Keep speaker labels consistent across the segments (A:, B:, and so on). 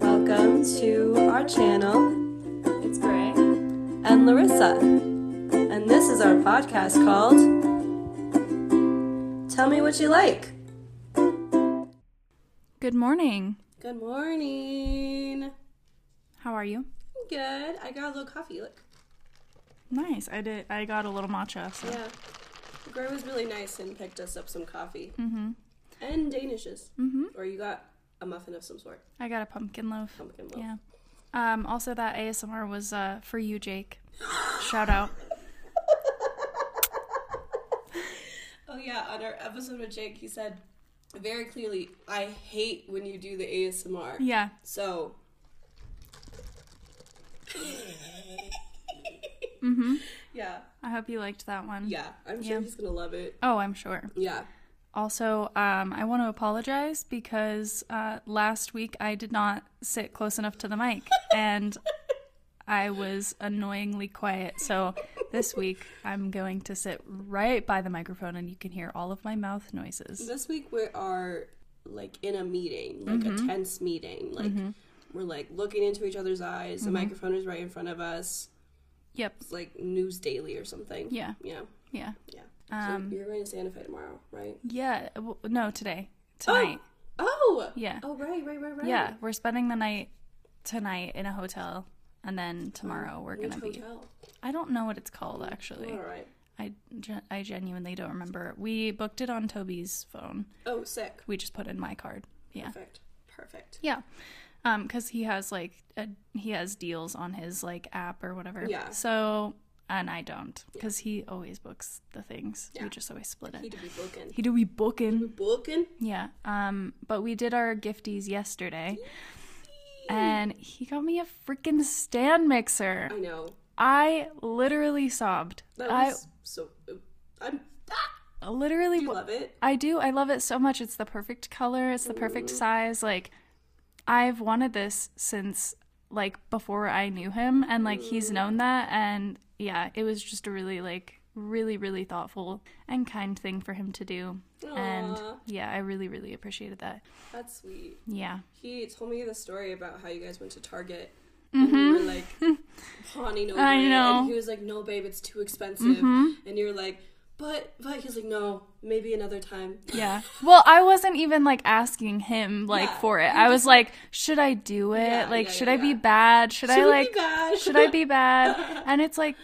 A: welcome to our channel
B: It's Gray.
A: and Larissa. And this is our podcast called Tell Me What You Like.
B: Good morning.
A: Good morning.
B: How are you?
A: Good. I got a little coffee. Look.
B: Nice. I did. I got a little matcha. So.
A: Yeah. Gray was really nice and picked us up some coffee
B: Mm-hmm.
A: and Danishes.
B: Mm-hmm.
A: Or you got a muffin of some sort.
B: I got a pumpkin loaf.
A: Pumpkin loaf.
B: Yeah. Um. Also, that ASMR was uh for you, Jake. Shout out.
A: Oh yeah, on our episode with Jake, he said very clearly, "I hate when you do the ASMR."
B: Yeah.
A: So.
B: Mm-hmm.
A: Yeah,
B: I hope you liked that one.
A: yeah. I'm sure
B: Yeah.
A: he's gonna love it.
B: Oh, I'm sure.
A: Yeah.
B: Also, um, I want to apologize because uh, last week I did not sit close enough to the mic and I was annoyingly quiet. So this week I'm going to sit right by the microphone and you can hear all of my mouth noises.
A: This week we are like in a meeting, like
B: Mm-hmm.
A: a tense meeting. Like we're like looking into each other's eyes.
B: Mm-hmm.
A: The microphone is right in front of us.
B: Yep.
A: It's like News Daily or something.
B: Yeah.
A: Yeah.
B: Yeah.
A: Yeah.
B: Um,
A: so you're going to Santa Fe tomorrow, right?
B: Yeah. w- No, today. Tonight.
A: Oh.
B: Yeah.
A: Oh right, right, right, right.
B: Yeah. We're spending the night tonight in a hotel and then tomorrow we're going
A: Which
B: to be.
A: Oh, hotel? Oh,
B: I don't know what it's called actually.
A: All right.
B: I, gen- I genuinely don't remember. We booked it on Toby's phone.
A: Oh, sick.
B: We just put in my card. Yeah.
A: Perfect. Perfect.
B: Yeah. Um, cause he has like a, he has deals on his like app or whatever.
A: Yeah.
B: So and I don't, cause he always books the things.
A: Yeah.
B: We just always split
A: He
B: it.
A: to be booking.
B: He do we booking?
A: Booking?
B: Yeah. Um, but we did our gifties yesterday, and he got me a freaking stand mixer.
A: I know.
B: I literally sobbed.
A: That was so. I'm. Ah!
B: I literally
A: You love it.
B: I do. I love it so much. It's the perfect color. It's the perfect size. Like I've wanted this since like before I knew him and like he's known that and yeah, it was just a really like really really thoughtful and kind thing for him to do. And
A: Aw.
B: yeah, I really really appreciated that.
A: That's sweet.
B: Yeah.
A: He told me the story about how you guys went to Target. And you were like pawning over
B: Mm-hmm. I
A: it,
B: know. Mm-hmm.
A: and he was like, "No, babe, it's too expensive." And you're like, "But, but," he's like, "No, maybe another time."
B: Yeah. Well, I wasn't even like asking him like
A: Yeah,
B: for it.
A: you
B: I was
A: just-
B: like, should I do it?
A: Yeah,
B: like
A: yeah,
B: should
A: yeah,
B: I be
A: yeah.
B: bad? Should, I
A: Should we
B: like
A: be bad?
B: should I be bad? And it's like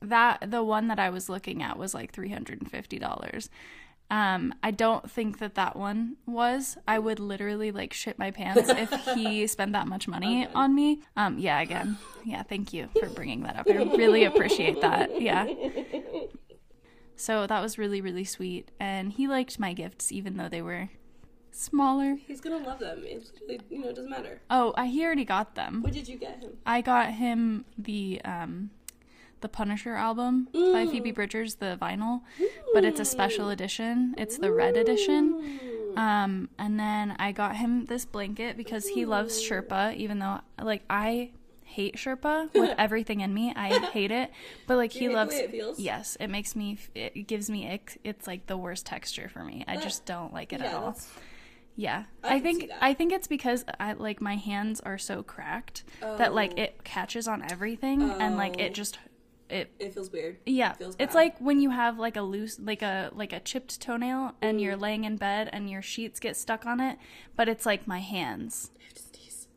B: that the one that I was looking at was like $350. Um, I don't think that that one was. I would literally like shit my pants if he spent that much money on me. Um, yeah, again. Yeah, thank you for bringing that up. I really appreciate that. Yeah. So that was really really sweet and he liked my gifts even though they were smaller.
A: He's gonna love them. It literally, you know, it doesn't matter.
B: Oh, I he already got them.
A: What did you get him?
B: I got him the um the Punisher album by Phoebe Bridgers, the vinyl, but it's a special edition. It's the red edition. Um and then I got him this blanket because he loves Sherpa even though like I hate Sherpa with everything in me. I hate it, but like he
A: hate the
B: loves
A: way it feels?
B: Yes, it makes me f- it gives me ick. It's like the worst texture for me. I just don't like it at
A: Yeah,
B: all.
A: that's,
B: Yeah.
A: I
B: I,
A: can see
B: think
A: that.
B: I think it's because I like my hands are so cracked that like it catches on everything and like
A: Oh.
B: it just it
A: it feels weird.
B: yeah.
A: Feels
B: It's
A: bad.
B: like when you have like a loose like a like a chipped toenail and you're
A: Mm.
B: laying in bed and your sheets get stuck on it, but it's like my hands.
A: I have to sneeze.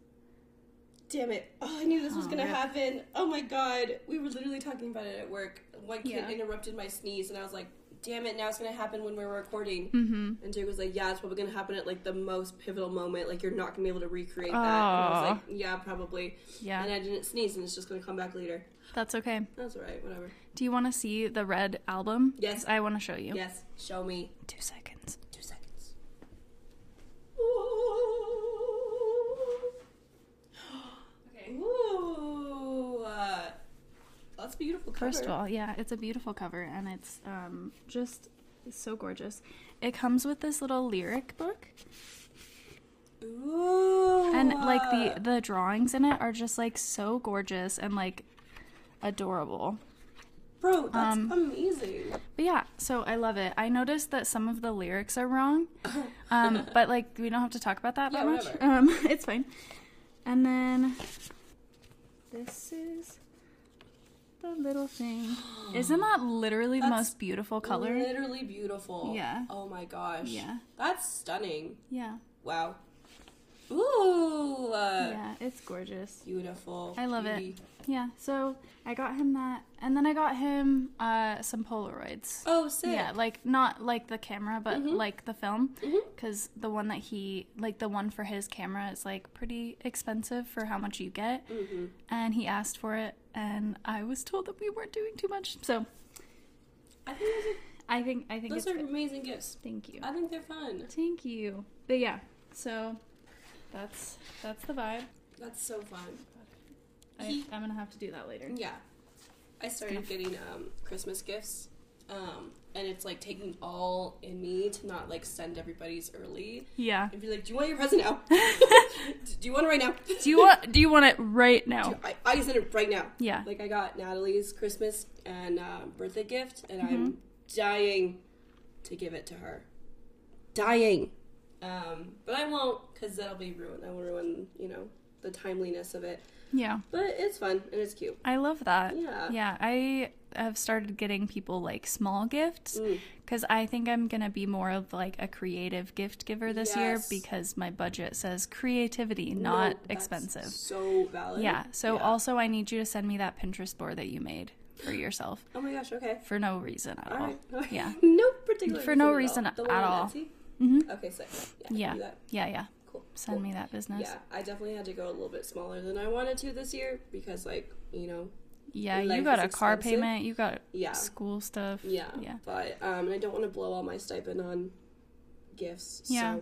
A: Damn it. Oh, I knew this was
B: Oh,
A: going to
B: rip.
A: happen. Oh my god. We were literally talking about it at work. One kid
B: Yeah.
A: interrupted my sneeze, and I was like, damn it, now it's going to happen when we're recording.
B: Mhm.
A: And Jake was like, yeah, it's probably going to happen at like the most pivotal moment. Like, you're not going to be able to recreate that. And I was
B: Aw.
A: like, yeah, probably.
B: Yeah.
A: And I didn't sneeze, and it's just going to come back later.
B: That's okay.
A: That's all right. Whatever.
B: Do you want to see the red album?
A: Yes.
B: 'Cause I want to show you.
A: Yes. Show me.
B: 2 seconds.
A: Two seconds. Ooh.
B: Okay.
A: Ooh, uh, that's a beautiful. Cover.
B: First of all, yeah, it's a beautiful cover and it's um, just so gorgeous. It comes with this little lyric book
A: Ooh, uh,
B: and like the the drawings in it are just like so gorgeous and like adorable.
A: bro, that's
B: um,
A: amazing.
B: But yeah, so I love it. I noticed that some of the lyrics are wrong, um, but like we don't have to talk about that
A: Yeah,
B: that much.
A: whatever.
B: Um, it's fine. And then this is the little thing. Isn't that literally the
A: That's
B: most beautiful color?
A: Literally beautiful.
B: Yeah.
A: Oh my gosh.
B: Yeah.
A: That's stunning.
B: yeah.
A: Wow. Ooh. Uh,
B: Yeah, it's gorgeous.
A: Beautiful.
B: I love it.
A: Beauty.
B: Yeah. So I got him that, and then I got him uh, some Polaroids.
A: Oh, sick.
B: Yeah, like not like the camera, but
A: Mm-hmm.
B: like the film,
A: Mhm.
B: because the one that he like the one for his camera is like pretty expensive for how much you get,
A: Mhm.
B: and he asked for it, and I was told that we weren't doing too much, so
A: I think those
B: I think I think
A: are,
B: it's
A: those are
B: good.
A: amazing gifts.
B: Thank you,
A: I think they're fun.
B: thank you. But yeah, so that's that's the vibe.
A: That's so fun.
B: I,
A: He-
B: I'm gonna have to do that later.
A: Yeah. I started getting um, Christmas gifts. Um, and it's like taking all in me to not like send everybody's early
B: Yeah.
A: and be like, do you want your present now? do you want it right now?
B: Do you want Do you want it right now?
A: I, I can send it right now.
B: Yeah.
A: Like I got Natalie's Christmas and uh, birthday gift, and
B: Mm-hmm.
A: I'm dying to give it to her. Dying. Um, but I won't, cause that'll be ruined. I will ruin, you know, the timeliness of it.
B: yeah.
A: But it's fun and it's cute.
B: I love that.
A: Yeah.
B: Yeah, I have started getting people like small gifts
A: Mm.
B: because I think I'm going to be more of like a creative gift giver this year
A: Yes.
B: because my budget says creativity,
A: No,
B: not
A: that's
B: expensive.
A: So valid.
B: Yeah. So
A: Yeah.
B: also, I need you to send me that Pinterest board that you made for yourself
A: Oh my gosh. Okay.
B: for no reason at
A: All
B: all.
A: right.
B: Yeah.
A: no particular.
B: For no reason
A: The
B: at
A: one on
B: all.
A: Etsy?
B: hmm
A: Okay. So yeah. I can
B: Yeah.
A: do that.
B: Yeah. Yeah.
A: Cool.
B: Send
A: cool.
B: me that business.
A: Yeah, I definitely had to go a little bit smaller than I wanted to this year because, like, you know,
B: Yeah.
A: Life
B: you got
A: is
B: a car
A: expensive.
B: payment. You got
A: yeah,
B: school stuff.
A: yeah,
B: Yeah.
A: But um, and I don't want to blow all my stipend on gifts.
B: Yeah.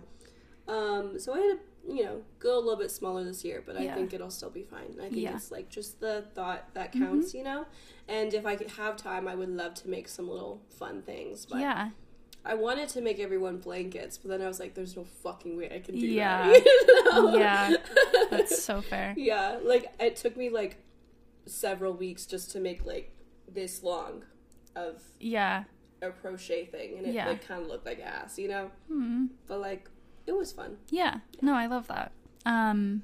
A: So, um, so I had to, you know, go a little bit smaller this year, but I
B: Yeah.
A: think it'll still be fine. I think
B: Yeah. Mm-hmm.
A: it's like just the thought that counts, you know. And if I could have time, I would love to make some little fun things. But
B: Yeah.
A: I wanted to make everyone blankets, but then I was like, "There's no fucking way I can do
B: Yeah.
A: that." You know?
B: Yeah. That's so fair.
A: Yeah, like it took me like several weeks just to make like this long of
B: Yeah.
A: a crochet thing, and it
B: Yeah.
A: like kind of looked like ass, you know.
B: Hmm.
A: But like, it was fun.
B: Yeah. No, I love that. Um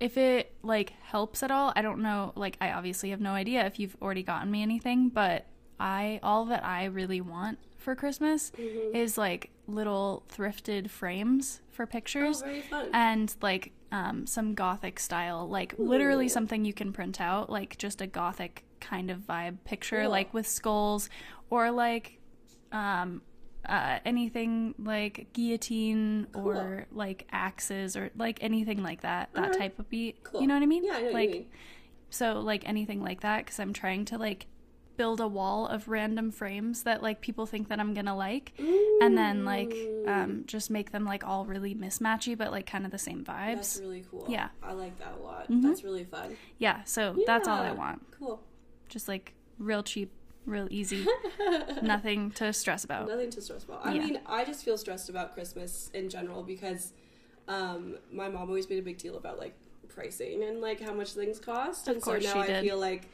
B: if it like helps at all, I don't know, like I obviously have no idea if you've already gotten me anything, but I all that I really want for Christmas is like little thrifted frames for
A: It
B: pictures
A: was very fun.
B: and like um some gothic style, like literally
A: Ooh.
B: something you can print out, like just a gothic kind of vibe picture
A: Cool.
B: like with skulls or like um uh, anything like guillotine or like axes or like anything like that that
A: Alright.
B: type of beat
A: Cool.
B: you know what i mean
A: Yeah, I know what
B: like
A: you mean.
B: so like anything like that because i'm trying to like build a wall of random frames that like people think that i'm gonna like and then like um just make them like all really mismatchy but like kind of the same vibes
A: That's really cool.
B: yeah. Mm-hmm.
A: I like that a lot. That's really fun.
B: yeah so that's all i
A: Yeah,
B: want
A: Cool.
B: just like real cheap real easy nothing to stress about
A: Nothing too stressful. I
B: Yeah.
A: mean, I just feel stressed about Christmas in general because um, my mom always made a big deal about like pricing and like how much things cost.
B: Of
A: and
B: course
A: so now
B: she
A: I
B: did.
A: feel like,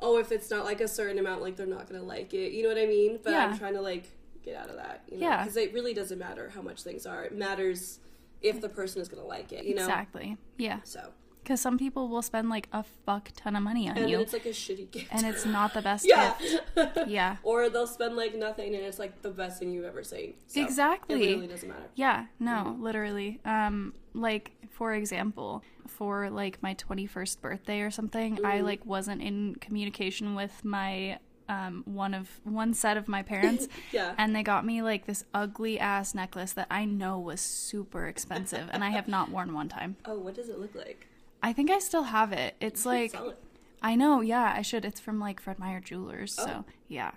A: oh, if it's not like a certain amount, like they're not gonna like it. You know what I mean? But
B: Yeah.
A: I'm trying to like get out of that. You know?
B: Yeah.
A: Because it really doesn't matter how much things are. It matters if the person is gonna like it. You know.
B: exactly yeah
A: So
B: Because some people will spend like a fuck ton of money on
A: and
B: you,
A: then it's like a shitty gift.
B: and it's not the best
A: yeah.
B: gift. Yeah.
A: or they'll spend like nothing, and it's like the best thing you've ever seen. So It
B: Exactly.
A: really doesn't matter.
B: Yeah, no, literally. Um, like for example, for like my 21st birthday or something, I like wasn't in communication with my um one of one set of my parents
A: Yeah.
B: and they got me like this ugly ass necklace that I know was super expensive and I have not worn one time.
A: Oh, what does it look like?
B: I think I still have it. It's like
A: Sell it.
B: I know, yeah, I should. It's from like Fred Meyer Jewelers, so
A: Oh.
B: yeah.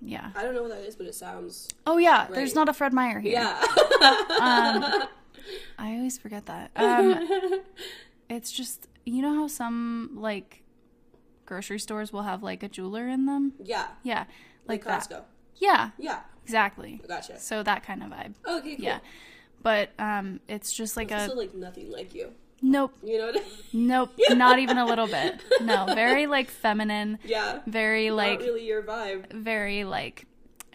B: Yeah.
A: I don't know what that is, but it sounds.
B: Oh yeah, there's
A: Right.
B: not a Fred Meyer here.
A: Yeah.
B: Um, I always forget that. Um, it's just you know how some like grocery stores will have like a jeweler in them.
A: Yeah.
B: Yeah,
A: Like
B: like that.
A: Costco.
B: Yeah,
A: Yeah.
B: exactly.
A: Gotcha.
B: So that kind of vibe.
A: Okay, cool.
B: Yeah, but um, it's just like
A: It's
B: a
A: also like nothing like you.
B: nope,
A: You know what I mean?
B: nope, not even a little bit. No, very like feminine,
A: Yeah.
B: very like
A: Not really your vibe.
B: very like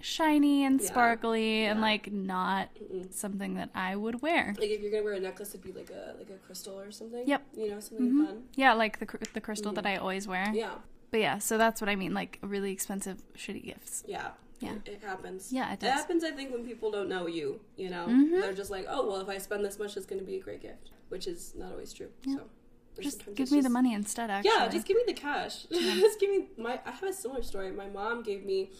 B: shiny and
A: Yeah.
B: sparkly and
A: Yeah.
B: like not
A: Mm-mm.
B: something that I would wear.
A: Like if you're gonna wear a necklace, it'd be like a like a crystal or something.
B: Yep.
A: You know, something
B: Mhm.
A: fun.
B: Yeah, like the cr- the crystal that I always wear.
A: Yeah.
B: But yeah, so that's what I mean like really expensive shitty gifts.
A: Yeah.
B: Yeah.
A: It, it happens.
B: Yeah, it
A: It
B: does.
A: happens, I think, when people don't know you. You know,
B: Mhm.
A: they're just like, "Oh, well, if I spend this much, it's going to be a great gift," which is not always true.
B: Yeah.
A: So, but
B: Just
A: sometimes
B: give
A: it's
B: me the
A: just-
B: money instead actually.
A: Yeah, just give me the cash. just give me my. I have a similar story. My mom gave me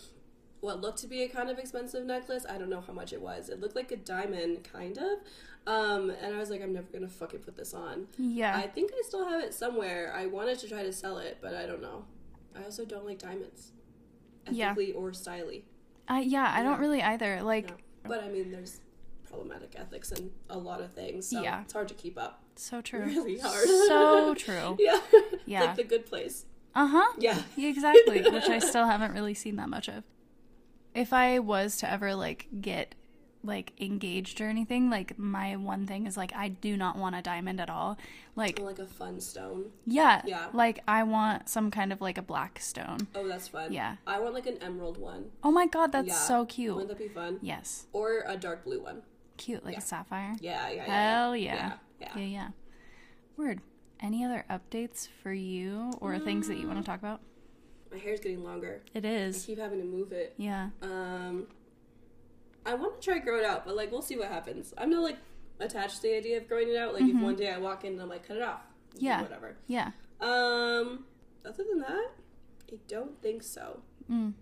A: what looked to be a kind of expensive necklace. I don't know how much it was. It looked like a diamond, kind of. Um, and I was like, I'm never gonna fucking put this on.
B: Yeah.
A: I think I still have it somewhere. I wanted to try to sell it, but I don't know. I also don't like diamonds,
B: Yeah.
A: ethically or styly.
B: I, yeah, I don't
A: Yeah.
B: really either. Like
A: No. But I mean, there's problematic ethics in a lot of things, so
B: Yeah.
A: it's hard to keep up.
B: so true.
A: Really hard.
B: So true.
A: yeah.
B: Yeah.
A: like the good place.
B: Uh-huh.
A: Yeah.
B: Yeah, exactly, which I still haven't really seen that much of. If I was to ever like get like engaged or anything, like my one thing is like I do not want a diamond at all. Like
A: Or like a fun stone.
B: yeah,
A: Yeah.
B: like I want some kind of like a black stone.
A: Oh, that's fun.
B: Yeah.
A: I want like an emerald one.
B: Oh my god, that's
A: Yeah.
B: so cute.
A: Wouldn't that be fun?
B: yes,
A: Or a dark blue one.
B: cute like
A: Yeah.
B: a sapphire.
A: Yeah, yeah, yeah.
B: Hell
A: Yeah.
B: yeah.
A: yeah.
B: yeah, yeah. Word. Any other updates for you or things that you
A: Mm.
B: want to talk about?
A: My hair's getting longer.
B: It
A: I
B: is.
A: keep having to move it.
B: Yeah.
A: Um, I want to try grow it out, but like we'll see what happens. I'm not like attached to the idea of growing it out. Like if one day I walk in and I'm like, cut it off.
B: Mm-hmm. Yeah.
A: Whatever.
B: Yeah.
A: Um, other than that, I don't think so.
B: Mm.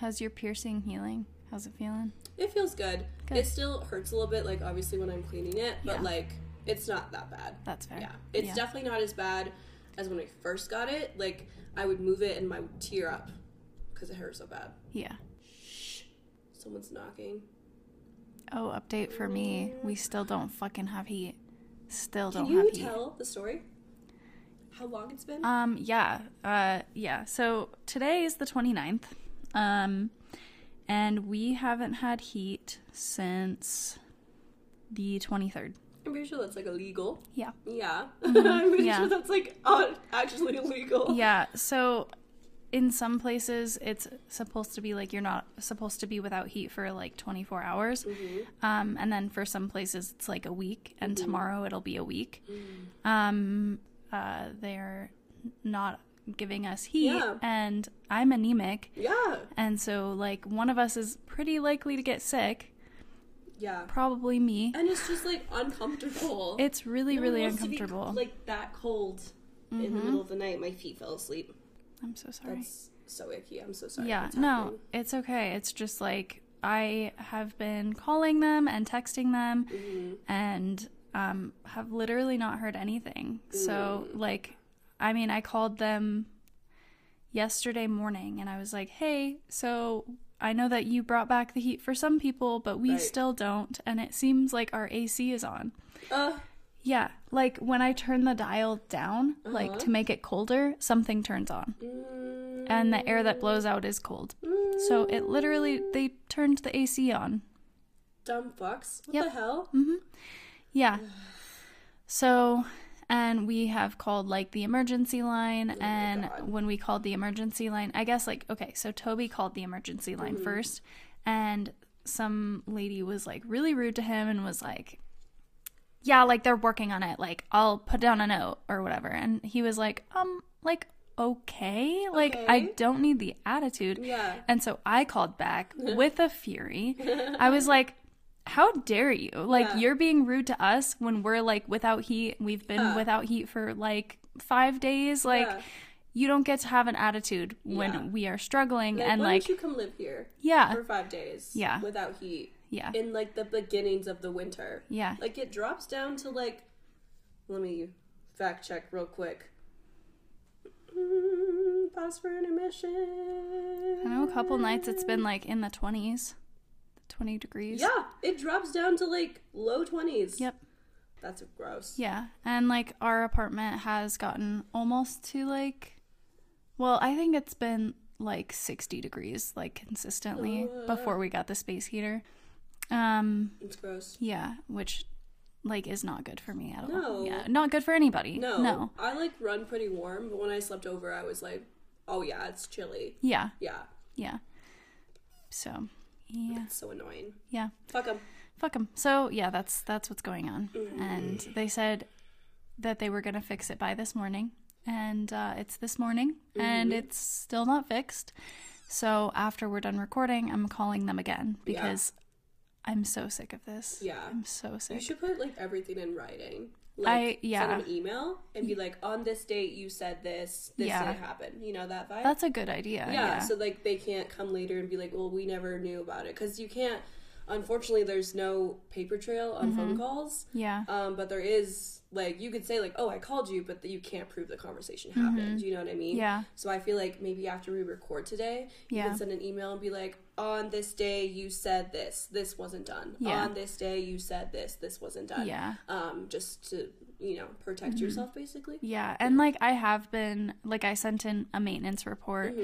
B: How's your piercing healing? How's it feeling?
A: It feels good.
B: Good.
A: It still hurts a little bit, like obviously when I'm cleaning it, but
B: Yeah.
A: like it's not that bad.
B: That's fair.
A: Yeah, it's
B: Yeah.
A: definitely not as bad as when I first got it. Like I would move it and my would tear up because it hurt so bad.
B: Yeah.
A: Someone's knocking.
B: Oh, update for me. We still don't fucking have heat. Still
A: Can
B: don't
A: you
B: have heat.
A: tell the story? How long it's been?
B: Um, yeah. Uh, yeah. So today is the 29th. Um, and we haven't had heat since the 23rd.
A: I'm pretty sure that's like illegal.
B: Yeah.
A: Yeah, I'm pretty
B: mm-hmm. Yeah.
A: sure that's like uh, actually illegal.
B: Yeah. So in some places, it's supposed to be like you're not supposed to be without heat for like 24 hours.
A: Mm-hmm.
B: Um, and then for some places, it's like a week, and tomorrow it'll be a week.
A: Mm.
B: Um, uh, they're not giving us heat,
A: Yeah.
B: and I'm anemic.
A: Yeah,
B: And so, like, one of us is pretty likely to get sick,
A: yeah.
B: probably me.
A: And it's just like uncomfortable.
B: It's really,
A: No one
B: really
A: wants to be,
B: uncomfortable. Mm-hmm.
A: like that cold in the middle of the night. My feet fell asleep.
B: I'm so sorry.
A: That's so icky. I'm so sorry.
B: yeah
A: That's
B: no
A: happening.
B: it's okay it's just like i have been calling them and texting them
A: Mm-hmm.
B: and um, have literally not heard anything so
A: Mm.
B: like i mean i called them yesterday morning and i was like hey so i know that you brought back the heat for some people but we
A: Right.
B: still don't and it seems like our ac is on
A: Uh,
B: yeah like when i turn the dial down like
A: Uh-huh.
B: to make it colder something turns on
A: mm,
B: and the air that blows out is cold. So it literally they turned the AC on.
A: dumb fucks. What
B: Yep.
A: the hell?
B: Yeah. So and we have called like the emergency line and
A: Oh God.
B: when we called the emergency line, I guess like okay, so Toby called the emergency line
A: Mm-hmm.
B: first and some lady was like really rude to him and was like yeah, like they're working on it. Like I'll put down a note or whatever. And he was like, um, like okay, like I
A: Okay.
B: don't need the attitude.
A: Yeah.
B: And so I called back with a fury. I was like, how dare you? Like,
A: Yeah.
B: you're being rude to us when we're like without heat. We've been without heat for like five days. Like,
A: Yeah.
B: you don't get to have an attitude when
A: Yeah.
B: we are struggling.
A: Like,
B: and
A: why
B: like,
A: don't you come live here
B: yeah,
A: for five days?
B: Yeah.
A: Without heat.
B: yeah,
A: In like the beginnings of the winter.
B: yeah.
A: Like it drops down to like. Let me fact check real quick. Mm, pause for intermission.
B: I know a couple nights it's been like in the 20s, 20 degrees.
A: Yeah, it drops down to like low 20s.
B: Yep.
A: That's gross.
B: Yeah. And like our apartment has gotten almost to like, well, I think it's been like 60 degrees like consistently before we got the space heater. Um,
A: It's gross.
B: yeah, which like is not good for me at all.
A: No.
B: Yeah, not good for anybody.
A: No,
B: No.
A: I like run pretty warm, but when I slept over, I was like, oh yeah, it's chilly.
B: Yeah.
A: Yeah.
B: Yeah. So, yeah,
A: It's so annoying.
B: yeah,
A: Fuck them.
B: fuck them. So yeah, that's that's what's going on. And
A: Mm.
B: they said that they were gonna fix it by this morning, and uh, it's this morning, and
A: Mm-hmm.
B: it's still not fixed. So after we're done recording, I'm calling them again
A: Yeah.
B: because I'm so sick of this.
A: Yeah.
B: I'm so sick.
A: You should put like everything in writing. Like,
B: yeah.
A: Send an email and be like, on this date you said this. This
B: Yeah.
A: didn't happen. You know that vibe.
B: That's a good idea.
A: yeah, So like they can't come later and be like, well, we never knew about it because you can't. Unfortunately, there's no paper trail on
B: Mm-hmm.
A: phone calls.
B: yeah.
A: Um, but there is like you could say like, oh, I called you, but that you can't prove the conversation happened. You know what I mean?
B: Mm-hmm. Yeah.
A: So I feel like maybe after we record today, you
B: Yeah.
A: can send an email and be like, on this day you said this, this wasn't done.
B: Yeah.
A: On this day you said this, this wasn't done.
B: Yeah. Mm-hmm.
A: Um, just to you know protect yourself basically.
B: Yeah, and like I have been like I sent in a maintenance report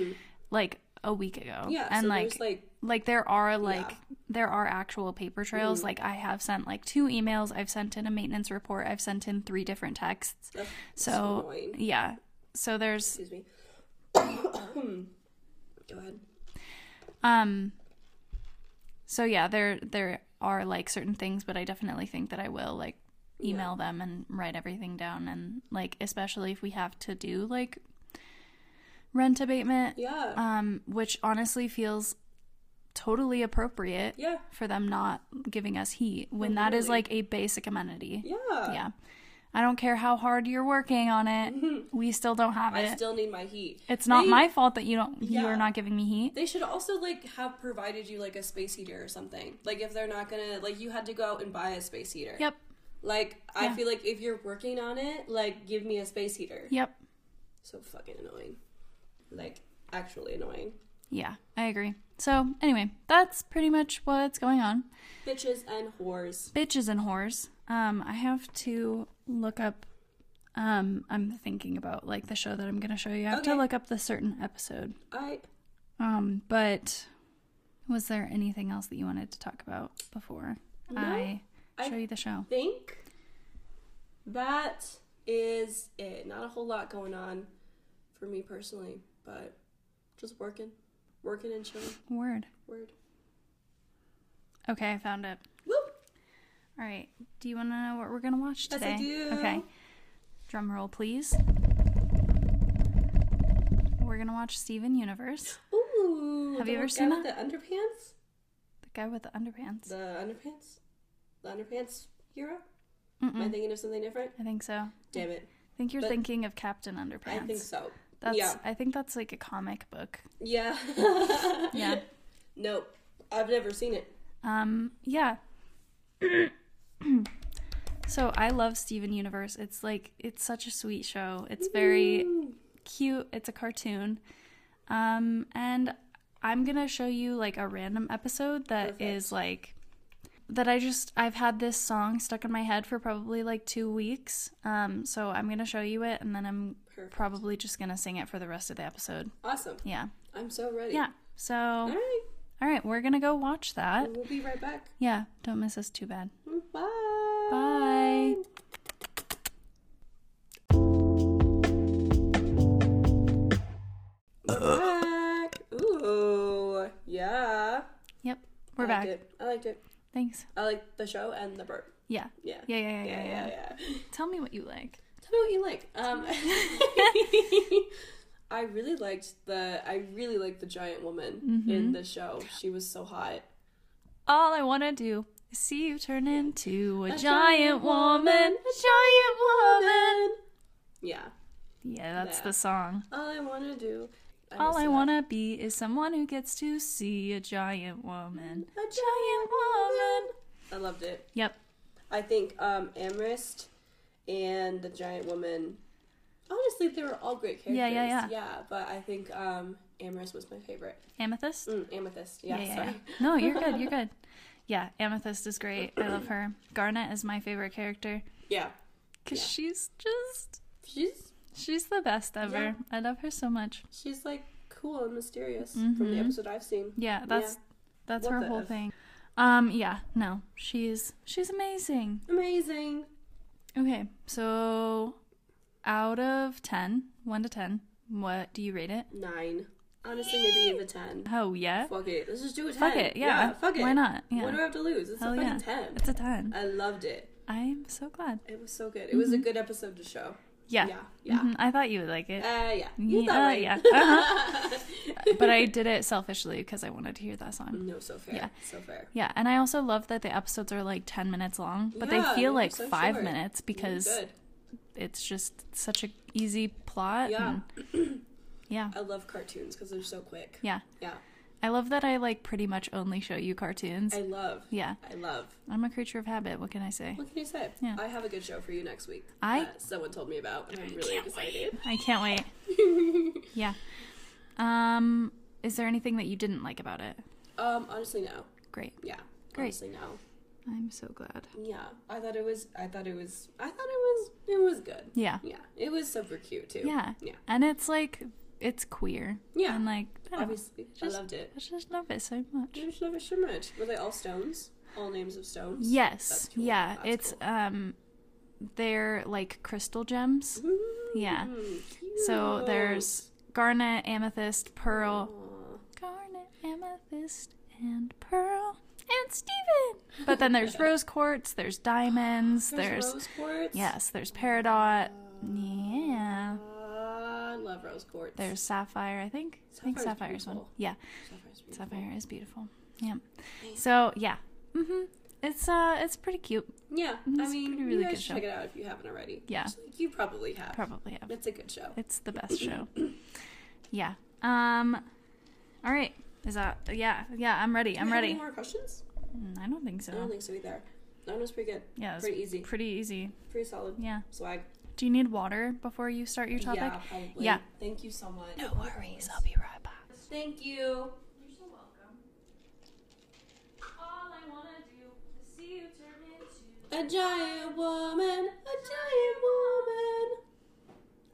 B: like a week ago.
A: Mm-hmm. Yeah.
B: and
A: so
B: like,
A: there's
B: like
A: like
B: there are like there are actual paper trails. Like I have sent like two emails, I've sent in a maintenance report, I've sent in three different texts.
A: ugh, it's
B: So
A: annoying.
B: yeah. So there's
A: uh, Excuse me. Go ahead.
B: um so yeah, there there are like certain things, but I definitely think that I will like email them and write everything down and like especially if we have to do like rent abatement
A: Yeah.
B: um, which honestly feels totally appropriate
A: yeah.
B: for them not giving us heat when that is like a basic amenity.
A: Yeah.
B: Yeah. I don't care how hard you're working on it, we still don't have
A: I
B: it.
A: still need my heat.
B: it's not
A: They-
B: my fault that you don't you
A: Yeah.
B: are not giving me heat.
A: They should also like have provided you like a space heater or something. Like if they're not gonna like you had to go out and buy a space heater.
B: Yep.
A: Like I
B: Yeah.
A: feel like if you're working on it, like give me a space heater.
B: Yep.
A: So fucking annoying. Like actually annoying.
B: Yeah, I agree. So, anyway, that's pretty much what's going on.
A: Bitches and whores.
B: Bitches and whores. Um I have to look up um I'm thinking about like the show that I'm going to show you. I have to
A: Okay.
B: look up the certain episode.
A: I
B: Um, but was there anything else that you wanted to talk about before I
A: I-
B: show you the show?
A: think that is it. Not a whole lot going on for me personally, but just working. Working and chilling.
B: Word.
A: Word.
B: Okay, I found it.
A: Whoop.
B: All right. Do you want to know what we're gonna watch
A: Yes,
B: today?
A: I do.
B: Okay. Drum roll, please. We're gonna watch Steven Universe,
A: Ooh.
B: Have
A: the
B: you ever
A: guy
B: seen
A: with The underpants?
B: the guy with the underpants.
A: The underpants? The underpants hero? Am I
B: Mm-mm,
A: thinking of something different?
B: I think so. I
A: Damn it.
B: think you're
A: But-
B: thinking of Captain Underpants.
A: I think so.
B: That's.
A: yeah.
B: I think that's like a comic book.
A: Yeah.
B: Yeah.
A: Nope. I've never seen it.
B: Um, yeah. so I love Steven Universe. It's like it's such a sweet show. It's very cute. It's a cartoon. Um, and I'm gonna show you like a random episode that is
A: Perfect.
B: like that I just I've had this song stuck in my head for probably like two weeks. Um, so I'm gonna show you it and then I'm
A: Perfect.
B: probably just gonna sing it for the rest of the episode.
A: Awesome.
B: Yeah.
A: I'm so ready.
B: Yeah. Uh, So
A: Alright.
B: all right, we're gonna go watch that.
A: We'll be right back.
B: Yeah, don't miss us too bad.
A: Bye.
B: Bye.
A: Back. Ooh. Yeah.
B: Yep, we're
A: I
B: back.
A: Liked it. I liked it.
B: Thanks.
A: I liked the show and the bird.
B: Yeah.
A: Yeah.
B: Yeah, yeah,
A: Yeah,
B: yeah, yeah,
A: yeah,
B: yeah.
A: yeah.
B: Tell me what you like.
A: Tell me what you like. Um, I really liked the I really liked the giant woman
B: Mm-hmm.
A: in the show. She was so hot.
B: All I wanna do is see you turn into a, giant,
A: woman,
B: woman, a giant woman.
A: Yeah.
B: Yeah, that's
A: Yeah.
B: the song.
A: All I want to do.
B: All I
A: miss
B: wanna be is someone who gets to see a giant woman,
A: that.
B: a giant woman.
A: I loved it.
B: Yep.
A: I think um Amherst and the giant woman. Honestly, they were all great characters.
B: Yeah, yeah, yeah.
A: but I think um Amherst was my favorite.
B: Amethyst.
A: Mm, Amethyst. Yeah, sorry.
B: No, you're good. You're good. Yeah, Amethyst is great. I love her. Garnet is my favorite character
A: Yeah.
B: because
A: Yeah.
B: she's just
A: She's
B: She's the best ever.
A: Yeah.
B: I love her so much.
A: she's like cool and mysterious from
B: Mm-hmm.
A: the episode I've seen.
B: Yeah, that's that's
A: What
B: her
A: the
B: whole
A: F?
B: thing. Um, yeah, no, she's she's amazing.
A: Amazing.
B: Okay, so out of 10, 1 to ten, what do you rate it?
A: Nine. Honestly, maybe even a 10.
B: Oh yeah.
A: Fuck it. Let's just do a 10.
B: Fuck it, yeah.
A: fuck it.
B: Why not? Yeah.
A: What do I have to lose? It's
B: Hell
A: a fucking
B: yeah.
A: 10.
B: It's a ten.
A: I loved it.
B: I'm so glad.
A: It was so good. It was a good episode to show.
B: Yeah.
A: Yeah. Yeah.
B: Mhm, I thought you would like it.
A: Uh, yeah. You thought
B: Yeah,
A: right.
B: yeah. Uh-huh. but I did it selfishly because I wanted to hear that song.
A: no, so fair.
B: Yeah.
A: So fair.
B: Yeah, and I also love that the episodes are like 10 minutes long, but
A: Yeah,
B: they feel
A: they're
B: like
A: so
B: 5
A: short.
B: minutes because
A: Good.
B: it's just such a easy plot.
A: Yeah.
B: and- yeah.
A: I love cartoons because they're so quick.
B: Yeah.
A: Yeah.
B: I love that I like pretty much only show you cartoons.
A: I love.
B: yeah.
A: I love.
B: I'm a creature of habit. What can I say?
A: What can you say?
B: Yeah.
A: I have a good show for you next week.
B: I-
A: that someone told me about, and I'm really
B: Can't
A: excited.
B: wait. I can't wait. yeah. Um is there anything that you didn't like about it?
A: Um, honestly, no.
B: Great.
A: Yeah.
B: Great.
A: Honestly, no.
B: I'm so glad.
A: Yeah. I thought it was. I thought it was. I thought it was. It was good.
B: Yeah.
A: Yeah. It was super cute too.
B: Yeah.
A: Yeah.
B: And it's like it's queer.
A: Yeah.
B: And like I, don't know.
A: Obviously,
B: Just-
A: I loved it.
B: I just love it so much.
A: I just love it so much. Were they all stones? All names of stones?
B: Yes.
A: That's cool.
B: Yeah.
A: That's
B: it's
A: cool.
B: um they're like crystal gems. yeah.
A: Mm,
B: So
A: cute.
B: there's garnet, amethyst, pearl.
A: Aw.
B: Garnet, amethyst, and pearl, and Steven. But then there's rose quartz, there's diamonds,
A: There's,
B: there's,
A: rose quartz. Uh,
B: yes, there's peridot. Yeah.
A: I love rose quartz.
B: There's sapphire, I think. I think
A: Sapphire's
B: sapphire's one.
A: beautiful.
B: Yeah.
A: Sapphire's beautiful.
B: Sapphire is beautiful. Yeah. So, yeah. Mhm. It's uh it's pretty cute.
A: Yeah, I
B: Mm-hmm. It's
A: mean,
B: pretty
A: you
B: really
A: guys
B: good
A: should
B: show.
A: check it out if you haven't already.
B: Yeah.
A: Actually, you probably have.
B: Probably. Yeah.
A: It's a good show.
B: It's the best show. Yeah. Um all right. Is that yeah, yeah, I'm ready.
A: Do
B: I'm
A: we have Any
B: ready.
A: more questions?
B: Mm, I don't think
A: I don't
B: so.
A: think so either. That one was pretty good.
B: Yeah, it's
A: Pretty easy.
B: pretty easy.
A: Pretty solid.
B: Yeah.
A: Swag.
B: Do you need water before you start your topic?
A: Yeah, probably.
B: Yeah.
A: Thank you so much.
B: worries. I'll be right back.
A: Thank you.
B: You're so welcome. All I want to do is see you turn into.
A: A giant woman. A giant woman.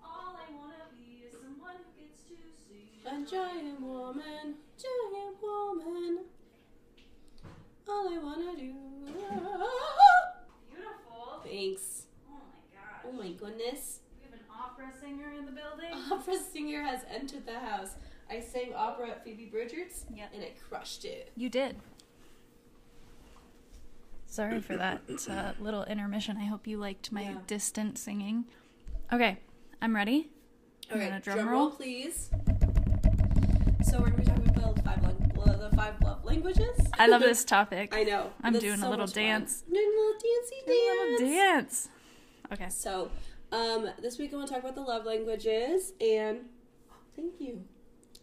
B: All I want to be is someone who gets to see.
A: A giant woman. Giant woman. All I wanna do.
B: Beautiful.
A: Thanks.
B: Oh my
A: Oh
B: god.
A: my goodness.
B: We have an opera singer in the building.
A: Opera singer has entered the house. I sang opera at Phoebe Bridgers
B: Yep.
A: and it crushed it.
B: You did. Sorry for that uh, little intermission. I hope you liked my
A: Yeah.
B: distant singing. Okay, I'm ready. I'm gonna drum roll.
A: please. So we're gonna be talking about the five, lang- blah, the five love languages.
B: I love this topic.
A: I know.
B: I'm
A: That's
B: doing a
A: so
B: little
A: much fun.
B: dance.
A: Doing a little dancey
B: Doing a
A: dance.
B: little dance. Okay.
A: So, um, this week I want to talk about the love languages and thank you.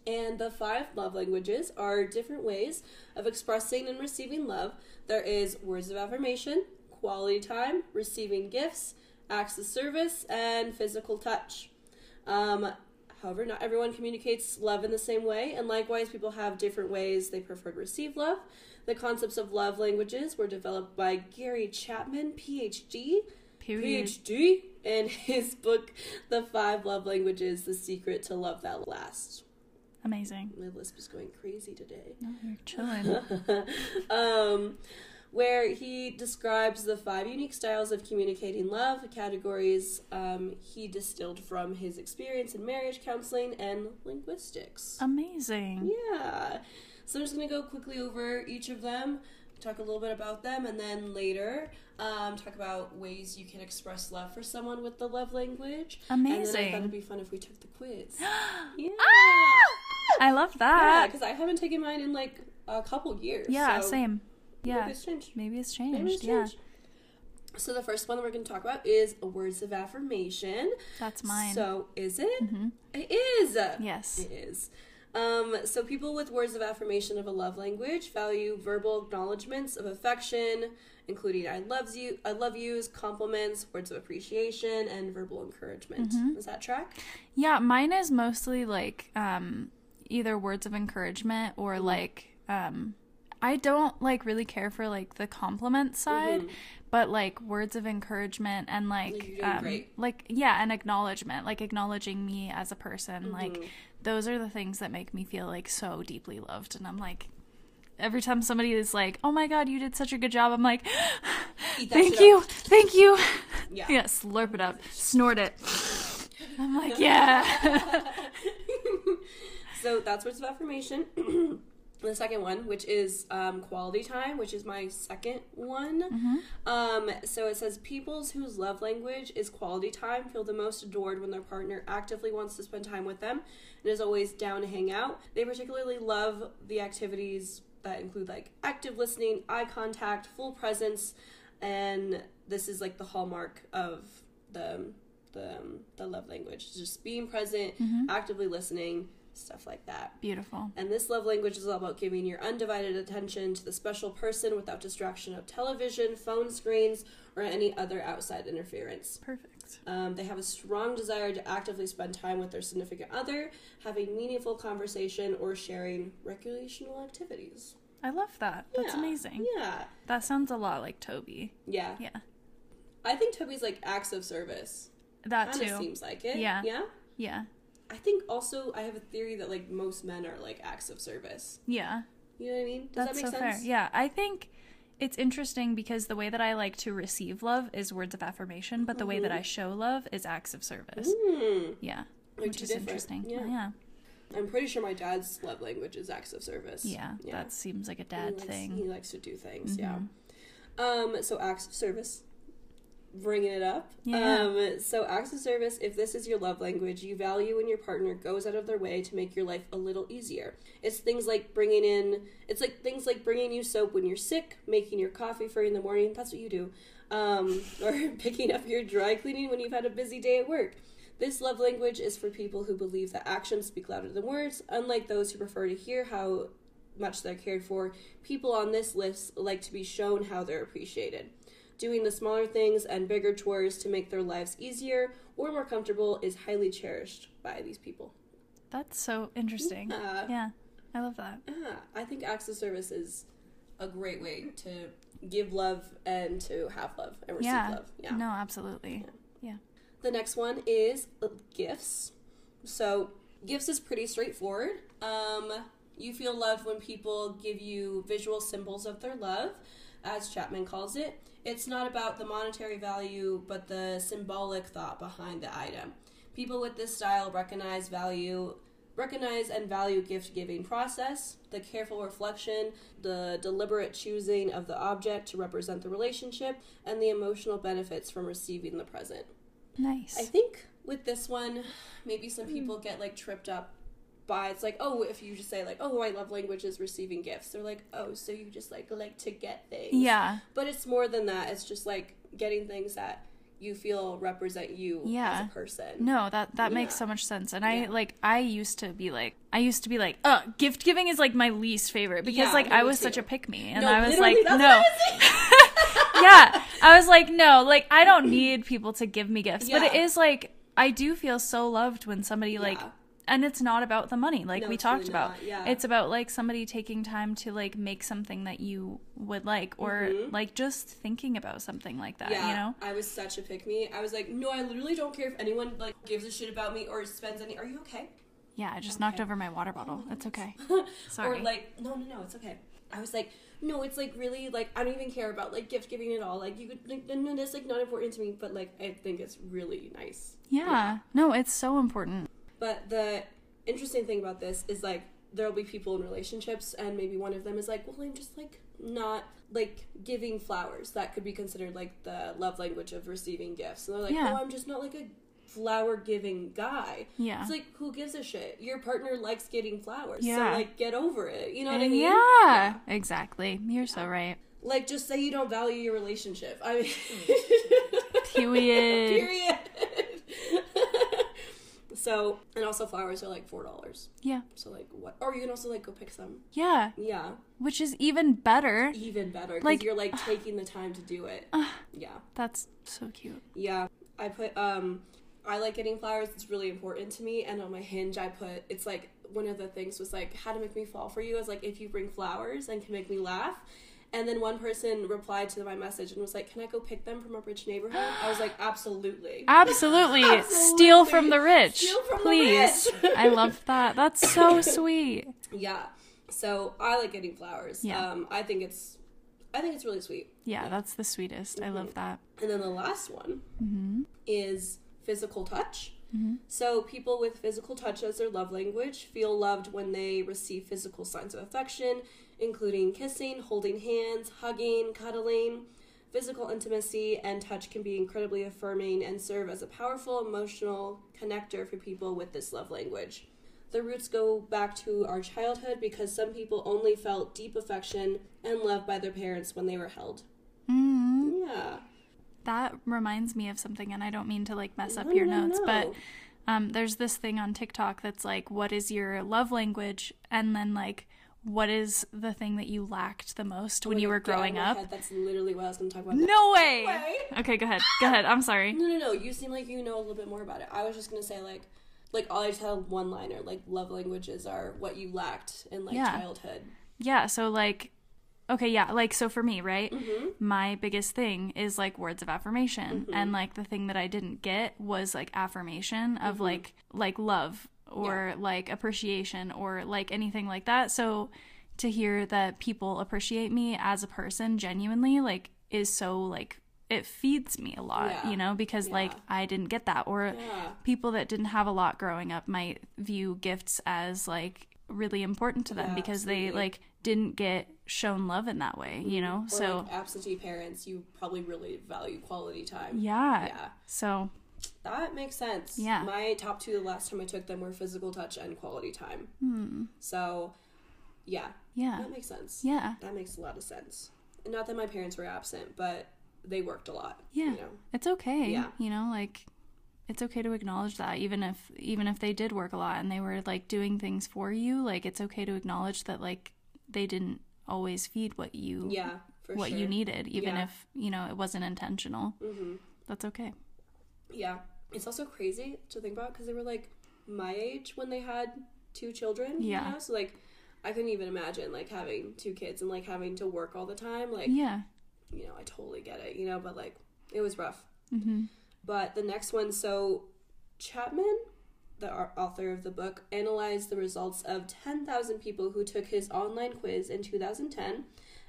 A: And the five love languages are different ways of expressing and receiving love. There is words of affirmation, quality time, receiving gifts, acts of service, and physical touch. Um, however, not everyone communicates love in the same way, and likewise, people have different ways they prefer to receive love. The concepts of love languages were developed by Gary Chapman, PhD,
B: Period.
A: PhD in his book, The Five Love Languages The Secret to Love That Lasts.
B: Amazing.
A: My lisp is going crazy today.
B: No, you're chilling.
A: um, where he describes the five unique styles of communicating love, categories um, he distilled from his experience in marriage counseling and linguistics.
B: Amazing.
A: Yeah. So I'm just gonna go quickly over each of them, talk a little bit about them, and then later um, talk about ways you can express love for someone with the love language. And then I thought it'd
B: Amazing.
A: be fun if we took the quiz. yeah.
B: Ah! I love
A: Yeah,
B: that.
A: because I haven't taken mine in like a couple years.
B: Yeah,
A: so
B: same.
A: maybe
B: Yeah.
A: it's changed.
B: Maybe it's
A: Maybe
B: changed.
A: it's
B: Yeah.
A: changed. So the first one that we're going to talk about is words of affirmation.
B: That's mine. Mm-hmm.
A: So uh, is it? It is.
B: Yes.
A: It is. Um, so people with words of affirmation of a love language value verbal acknowledgments of affection, including I loves you, I love yous, compliments, words of appreciation, and verbal encouragement.
B: Mm-hmm.
A: Does that track?
B: Yeah, mine is mostly like um either words of encouragement or
A: Mm-hmm.
B: like um I don't like really care for like the compliment
A: Mm-hmm.
B: side, but like words of encouragement and
A: Like,
B: like
A: you're doing
B: um,
A: great.
B: like yeah, and acknowledgement, like acknowledging me as a person,
A: Mm-hmm.
B: like those are the things that make me feel like so deeply loved and I'm like every time somebody is like, "Oh my god, you did such a good job." I'm like,
A: Eat that
B: "Thank
A: shit
B: you.
A: up.
B: Thank you."
A: Yeah.
B: yeah, slurp it up. Snort it. I'm like, "Yeah."
A: so that's words of affirmation. And the second one, which is um, quality time, which is my second one. Um, so it says peoples whose love language is quality time feel the most adored when their partner actively wants to spend time with them and is always down to hang out. They particularly love the activities that include like active listening, eye contact, full presence, and this is like the hallmark of the the, um, the love language. Just being present,
B: Mm-hmm.
A: actively listening, stuff like that.
B: Beautiful.
A: And this love language is all about giving your undivided attention to the special person without distraction of television, phone screens, or any other outside interference.
B: Perfect.
A: Um, they have a strong desire to actively spend time with their significant other, having meaningful conversation, or sharing recreational activities.
B: I love that. That's
A: Yeah.
B: amazing.
A: Yeah.
B: That sounds a lot like Toby.
A: Yeah.
B: Yeah.
A: I think Toby's like acts of service.
B: That
A: Kind of
B: too.
A: seems like it.
B: Yeah.
A: Yeah.
B: Yeah.
A: I think also I have a theory that like most men are like acts of service.
B: Yeah.
A: You know what I mean? Does
B: That's
A: that make
B: so
A: sense?
B: fair. Yeah, I think it's interesting because the way that I like to receive love is words of affirmation, but the way
A: Mm-hmm.
B: that I show love is acts of service.
A: Hmm.
B: Yeah.
A: They're
B: which
A: two
B: is
A: different.
B: interesting.
A: Yeah.
B: yeah.
A: I'm pretty sure my dad's love language is acts of service.
B: Yeah, That seems like a
A: he
B: dad
A: likes, He
B: thing. Mm-hmm.
A: likes to do things. Yeah. Um. So acts of service. Bringing it up.
B: Yeah.
A: Um, so acts of service. If this is your love language, you value when your partner goes out of their way to make your life a little easier. It's things like bringing in. It's like things like bringing you soap when you're sick, making your coffee for you in the morning. That's what you do. Um, or picking up your dry cleaning when you've had a busy day at work. This love language is for people who believe that actions speak louder than words, unlike those who prefer to hear how much they're cared for. People on this list like to be shown how they're appreciated. Doing the smaller things and bigger chores to make their lives easier or more comfortable is highly cherished by these people.
B: That's so interesting.
A: Uh,
B: Yeah. I love that.
A: yeah, I think acts of service is a great way to give love and to have love and receive
B: Yeah.
A: love. Yeah.
B: No, absolutely. Yeah.
A: The next one is uh, gifts. So, gifts is pretty straightforward. Um, you feel loved when people give you visual symbols of their love, as Chapman calls it. It's not about the monetary value, but the symbolic thought behind the item. People with this style recognize value recognize and value gift giving process the careful reflection the deliberate choosing of the object to represent the relationship and the emotional benefits from receiving the present I
B: Nice. Hmm.
A: think with this one, maybe some people get like tripped up by it's like, oh, if you just say like, oh, I love language is receiving gifts. They're like, oh, so you just like like to get things.
B: Yeah.
A: But it's more than that. It's just like getting things that you feel represent you
B: Yeah.
A: as a person.
B: No, that that makes
A: Yeah.
B: so much sense. And I
A: Yeah.
B: like I used to be like I used to be like, uh, gift giving is like my least favorite because
A: Yeah,
B: like I
A: me
B: was such
A: too.
B: a pick me and
A: No,
B: I was
A: literally,
B: like,
A: that's
B: no.
A: what I was thinking.
B: yeah. I was like, no, like I don't need people to give me gifts. But it
A: Yeah.
B: is like I do feel so loved when somebody like
A: Yeah.
B: and it's not about the money like
A: No,
B: we
A: it's
B: talked
A: really
B: about.
A: not, yeah.
B: It's about like somebody taking time to like make something that you would like or like just thinking about something like that,
A: Mm-hmm. yeah,
B: you know?
A: I was such a pick me. I was like, no, I literally don't care if anyone like gives a shit about me or spends any. Are you okay?
B: Yeah, I just knocked over my water bottle. It's okay. Sorry.
A: Or like, no, no, no, it's okay. I was like, no, it's like really like I don't even care about like gift giving at all. Like you could like no, no, that's like not important to me, but like I think it's really nice.
B: yeah. No, it's so important.
A: But the interesting thing about this is like there'll be people in relationships and maybe one of them is like, Well, I'm just like not like giving flowers. That could be considered like the love language of receiving gifts. And they're like,
B: Yeah.
A: No, I'm just not like a flower giving guy.
B: Yeah.
A: It's like who gives a shit? Your partner likes getting flowers.
B: Yeah.
A: So like get over it. You know what I
B: And
A: mean?
B: yeah, exactly. You're so right.
A: Like, just say you don't value your relationship. I mean,
B: Period.
A: period. so, and also flowers are like four dollars.
B: Yeah.
A: So like, what? Or you can also like go pick some.
B: Yeah.
A: Yeah,
B: Which is even better.
A: even better because
B: Like-
A: you're like taking the time to do it. yeah,
B: That's so cute.
A: yeah. I put um, I like getting flowers. It's really important to me. And on my hinge, I put it's like one of the things was like how to make me fall for you is like if you bring flowers and can make me laugh. And then one person replied to my message and was like, "Can I go pick them from a rich neighborhood?" I was like, "Absolutely."
B: Absolutely. Steal from the rich.
A: Steal from the
B: Please.
A: rich.
B: I love that. That's so sweet.
A: Yeah. So I like getting flowers.
B: Yeah.
A: Um, I think it's, I think it's really sweet.
B: Yeah, that's the sweetest. I love that.
A: And then the last one is physical touch. So, people with physical touch as their love language feel loved when they receive physical signs of affection, including kissing, holding hands, hugging, cuddling. Physical intimacy and touch can be incredibly affirming and serve as a powerful emotional connector for people with this love language. The roots go back to our childhood because some people only felt deep affection and love by their parents when they were held. Yeah.
B: That reminds me of something, and I don't mean to like mess up
A: No,
B: your
A: no,
B: notes, but
A: no.
B: um, there's this thing on TikTok that's like, what is your love language? And then like, what is the thing that you lacked the most when you were
A: Get out of
B: growing
A: my
B: up?
A: head, That's literally what I was going to talk about.
B: No way!
A: way.
B: Okay, go ahead. Go ahead. I'm sorry.
A: No, no, no. You seem like you know a little bit more about it. I was just gonna say like, like all I just had one liner. Like love languages are what you lacked in like
B: Yeah.
A: childhood.
B: Yeah, so like, okay, yeah, like, so for me, right? My biggest thing is like words of affirmation. And like, the thing that I didn't get was like affirmation of like, like love or like appreciation or like anything like that. So to hear that people appreciate me as a person genuinely, like, is so like, it feeds me a lot,
A: Yeah.
B: you know, because like I didn't get that. Or
A: Yeah.
B: people that didn't have a lot growing up might view gifts as like really important to them
A: Yeah,
B: because they
A: absolutely. Mm-hmm.
B: like didn't get shown love in that way, you know?
A: Or,
B: so
A: like, absentee parents, you probably really value quality time.
B: yeah.
A: Yeah.
B: So
A: That makes sense.
B: Yeah.
A: My top two the last time I took them were physical touch and quality time. So, yeah,
B: Hmm. yeah.
A: that makes sense.
B: Yeah.
A: That makes a lot of sense. Not that my parents were absent, but they worked a lot.
B: Yeah.
A: You know?
B: It's okay.
A: Yeah.
B: You know, like it's okay to acknowledge that even if even if they did work a lot and they were like doing things for you, like it's okay to acknowledge that like they didn't always feed what you
A: Yeah. For
B: what
A: sure.
B: you needed, even
A: Yeah. Mm-hmm.
B: if, you know, it wasn't intentional. That's okay.
A: Yeah. It's also crazy to think about because they were like my age when they had two children. you
B: Yeah.
A: know? So like I couldn't even imagine like having two kids and like having to work all the time. Like,
B: Yeah.
A: you know, I totally get it, you know, but like it was rough.
B: Mm-hmm.
A: But the next one, so Chapman, the au- author of the book, analyzed the results of 10,000 people who took his online quiz in 2010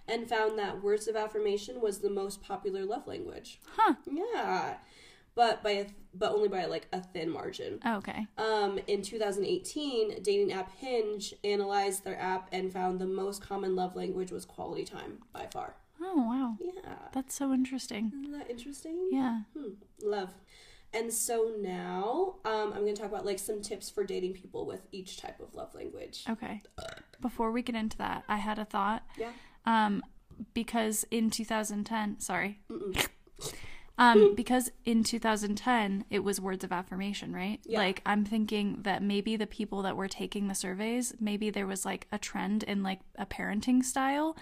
A: and found that words of affirmation was the most popular love language.
B: Huh.
A: Yeah. But by a th- but only by like a thin margin.
B: Oh, Okay.
A: Um, in 2018, dating app Hinge analyzed their app and found the most common love language was quality time by far.
B: Oh wow.
A: Yeah.
B: That's so interesting.
A: Isn't that interesting?
B: Yeah.
A: Hmm, love. And so now um, I'm going to talk about like some tips for dating people with each type of love language.
B: Okay. Before we get into that, I had a thought.
A: Yeah.
B: Um, because in 2010, sorry. Um, because in 2010 it was words of affirmation, right?
A: Yeah.
B: Like I'm thinking that maybe the people that were taking the surveys, maybe there was like a trend in like a parenting style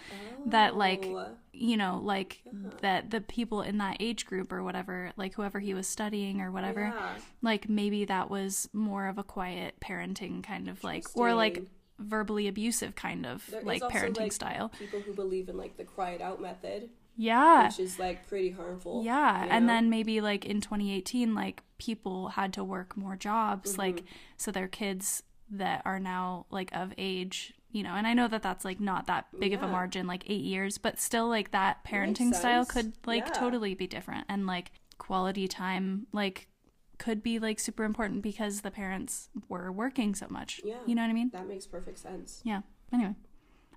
B: that like
A: Oh.
B: you know, like that the people in that age group or whatever, like whoever he was studying or whatever,
A: Yeah.
B: like maybe that was more of a quiet parenting kind of like or like
A: Interesting.
B: verbally abusive kind of
A: There is
B: like
A: also,
B: parenting
A: like,
B: style.
A: People who believe in like the cry it out method,
B: Yeah.
A: which is like pretty harmful.
B: Yeah,
A: you
B: and
A: know?
B: then maybe like in 2018 like people had to work more jobs like
A: Mm-hmm.
B: so their kids that are now like of age, you know. And I know that that's like not that big of a
A: Yeah.
B: margin like 8 years, but still like that parenting style
A: sense.
B: could like
A: Yeah.
B: totally be different and like quality time like could be like super important because the parents were working so much.
A: Yeah.
B: You know what I mean?
A: that makes perfect sense.
B: Yeah. Anyway,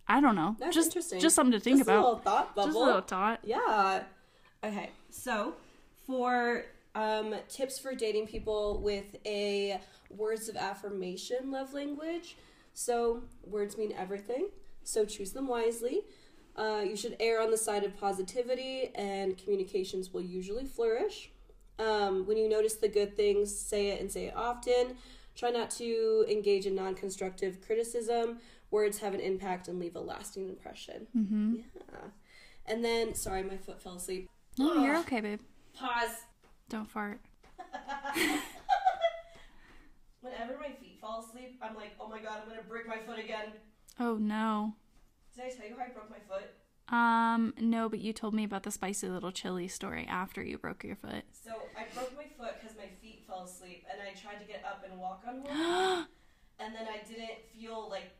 B: I don't know.
A: That's
B: just
A: interesting.
B: just something to think
A: Just
B: about.
A: A little thought bubble.
B: just a little thought.
A: Yeah. Okay. So, for um, tips for dating people with a words of affirmation love language, so words mean everything. So choose them wisely. Uh, you should err on the side of positivity, and communications will usually flourish. Um, when you notice the good things, say it and say it often. Try not to engage in non constructive criticism. Words have an impact and leave a lasting impression. Mm-hmm. Yeah. And then, sorry, my foot fell asleep.
B: No, you're okay, babe.
A: Pause.
B: Don't fart.
A: Whenever my feet fall asleep, I'm like, oh my god, I'm gonna break my foot again.
B: Oh no.
A: Did I tell you how I broke my foot?
B: Um, no, but you told me about the spicy little chili story after you broke your foot.
A: So I broke my foot because my feet fell asleep, and I tried to get up and walk on one, and then I didn't feel like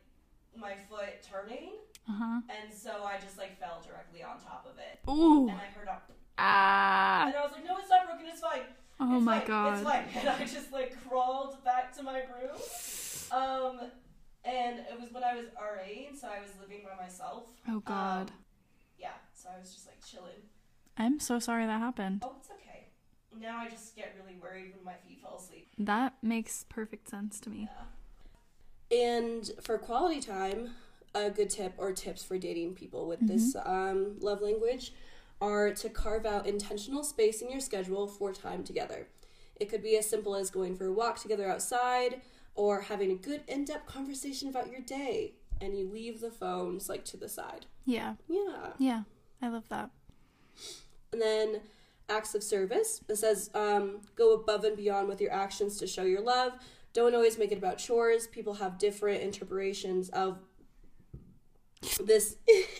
A: my foot turning,
B: Uh
A: and so I just like fell directly on top of it,
B: huh. Ooh.
A: and I heard up,
B: Ah.
A: and I was like, no, it's not broken, it's fine.
B: Oh
C: it's
B: my
C: fine,
B: God.
C: It's fine. And I just like crawled back to my room. Um, and it was when I was RA, so I was living by myself.
B: Oh God.
C: Um, yeah, so I was just like chilling.
B: I'm so sorry that happened.
C: Oh, it's okay. Now I just get really worried when my feet fall asleep.
B: That makes perfect sense to me.
C: Yeah.
A: And for quality time, a good tip or tips for dating people with this um, love language are to carve out intentional space in your schedule for time together. It could be as simple as going for a walk together outside or having a good in depth conversation about your day. And you leave the phones like to the side.
B: Yeah.
A: Yeah.
B: Yeah. I love that.
A: And then acts of service. It says um, go above and beyond with your actions to show your love. Don't always make it about chores. People have different interpretations of this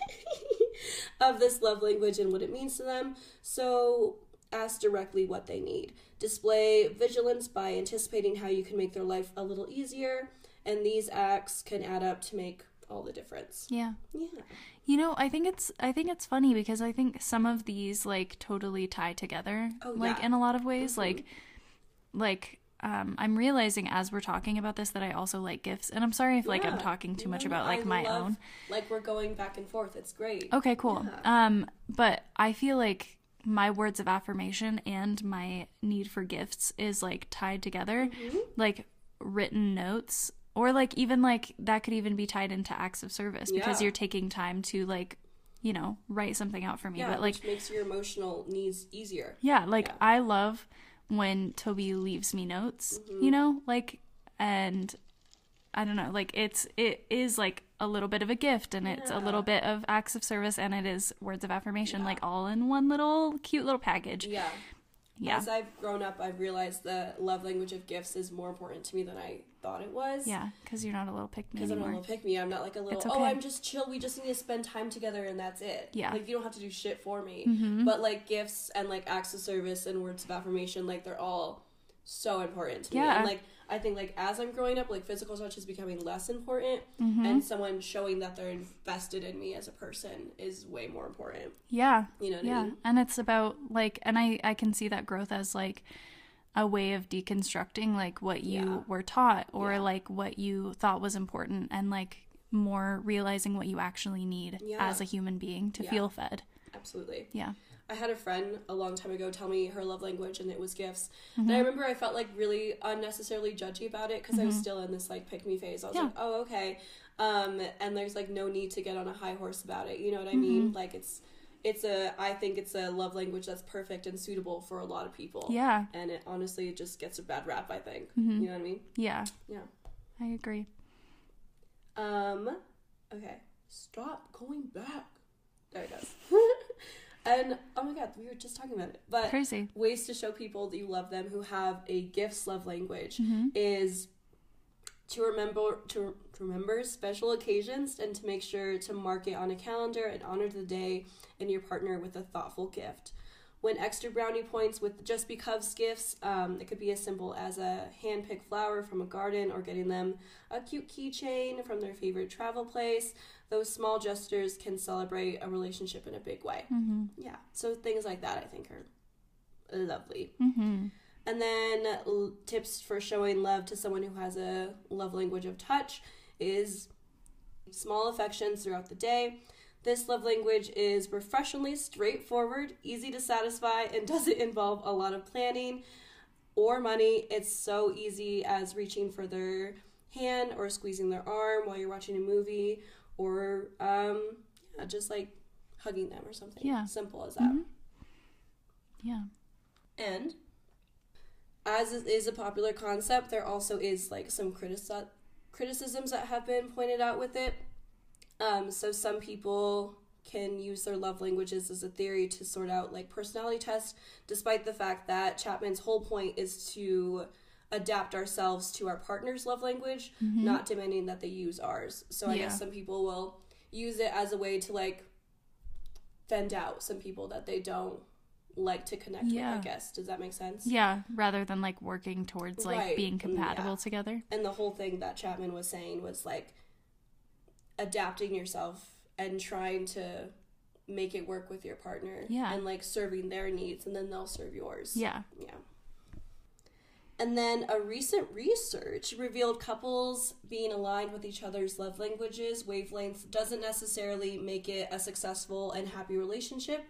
A: of this love language and what it means to them. So ask directly what they need. Display vigilance by anticipating how you can make their life a little easier, and these acts can add up to make all the difference.
B: Yeah.
A: Yeah.
B: You know, I think it's I think it's funny because I think some of these like totally tie together
A: Oh,
B: like
A: yeah. Mm-hmm.
B: in a lot of ways like like um I'm realizing as we're talking about this that I also like gifts and I'm sorry if like I'm
A: Yeah.
B: talking too much
A: No,
B: about
A: I
B: like my
A: love-
B: own. Oh,
A: Like we're going back and forth. It's great.
B: Okay, cool. Um but I feel like my words of affirmation and my need for gifts is like tied together
A: Mm-hmm.
B: like written notes or like even like that could even be tied into acts of service because
A: Yeah.
B: you're taking time to like you know write something out for me
A: Yeah,
B: but like
A: which makes your emotional needs easier.
B: yeah like i love when toby leaves me notes you know like and i don't know like it's it is like a little bit of a gift and it's a little bit of acts of service and it is words of affirmation like all in one little cute little package yeah,
A: Yeah. As I've grown up, I've realized the love language of gifts is more important to me than I thought it was.
B: yeah because you're not a little pick me
A: Because I'm not a
B: anymore
A: little pick me. I'm not like a little,
B: It's
A: oh,
B: okay.
A: I'm just chill. We just need to spend time together and that's it.
B: Yeah. Mm-hmm.
A: Like, you don't have to do shit for me. But, like, gifts and, like, acts of service and words of affirmation, like, they're all so important to me.
B: Yeah.
A: And, like, I think, like, as I'm growing up, like, physical touch is becoming less important.
B: Mm-hmm.
A: And someone showing that they're invested in me as a person is way more important.
B: Yeah.
A: You know what I
B: yeah.
A: mean?
B: And it's about like and I I can see that growth as like a way of deconstructing like what you
A: Yeah.
B: were taught or like what you thought was important and like more realizing what you actually need
A: Yeah.
B: as a human being to
A: Yeah.
B: feel fed.
A: Absolutely.
B: Yeah.
A: I had a friend a long time ago tell me her love language and it was gifts. And
B: Mm-hmm.
A: I remember I felt like really unnecessarily judgy about it because I was still in this like pick me phase. I was
B: Yeah.
A: like, oh, okay. Um, and there's like no need to get on a high horse about it. You know what I
B: Mm-hmm.
A: mean? Like it's, it's a, I think it's a love language that's perfect and suitable for a lot of people.
B: Yeah. Mm-hmm.
A: And it honestly just gets a bad rap, I think. You know what I mean?
B: Yeah.
A: Yeah.
B: I agree.
A: Um, okay. Stop going back. There it goes. and oh my god, we were just talking about it. But
B: Crazy.
A: ways to show people that you love them who have a gifts love language
B: Mm-hmm.
A: is to remember to, to remember special occasions and to make sure to mark it on a calendar and honor the day and your partner with a thoughtful gift win extra brownie points with just because gifts um, it could be as simple as a hand-picked flower from a garden or getting them a cute keychain from their favorite travel place those small gestures can celebrate a relationship in a big way
B: Mm-hmm.
A: yeah so things like that i think are lovely.
B: Mm-hmm.
A: And then l- tips for showing love to someone who has a love language of touch is small affections throughout the day. This love language is professionally straightforward, easy to satisfy, and doesn't involve a lot of planning or money. It's so easy as reaching for their hand or squeezing their arm while you're watching a movie or um, yeah, just like hugging them or something.
B: Yeah.
A: Simple as that.
B: Yeah.
A: And as it is a popular concept, there also is like some critici- criticisms that have been pointed out with it. Um, so some people can use their love languages as a theory to sort out like personality tests, despite the fact that Chapman's whole point is to adapt ourselves to our partner's love language, not demanding that they use ours. So I
B: Mm-hmm. Yeah.
A: guess some people will use it as a way to like fend out some people that they don't like to connect
B: Yeah.
A: with, I guess. Does that make sense?
B: Yeah, rather than like working towards like
A: Right, Mm,
B: being
A: yeah.
B: compatible together.
A: And the whole thing that Chapman was saying was like adapting yourself and trying to make it work with your partner.
B: Yeah.
A: And like serving their needs and then they'll serve yours.
B: Yeah.
A: Yeah. And then a recent research revealed couples being aligned with each other's love languages, wavelengths, doesn't necessarily make it a successful and happy relationship.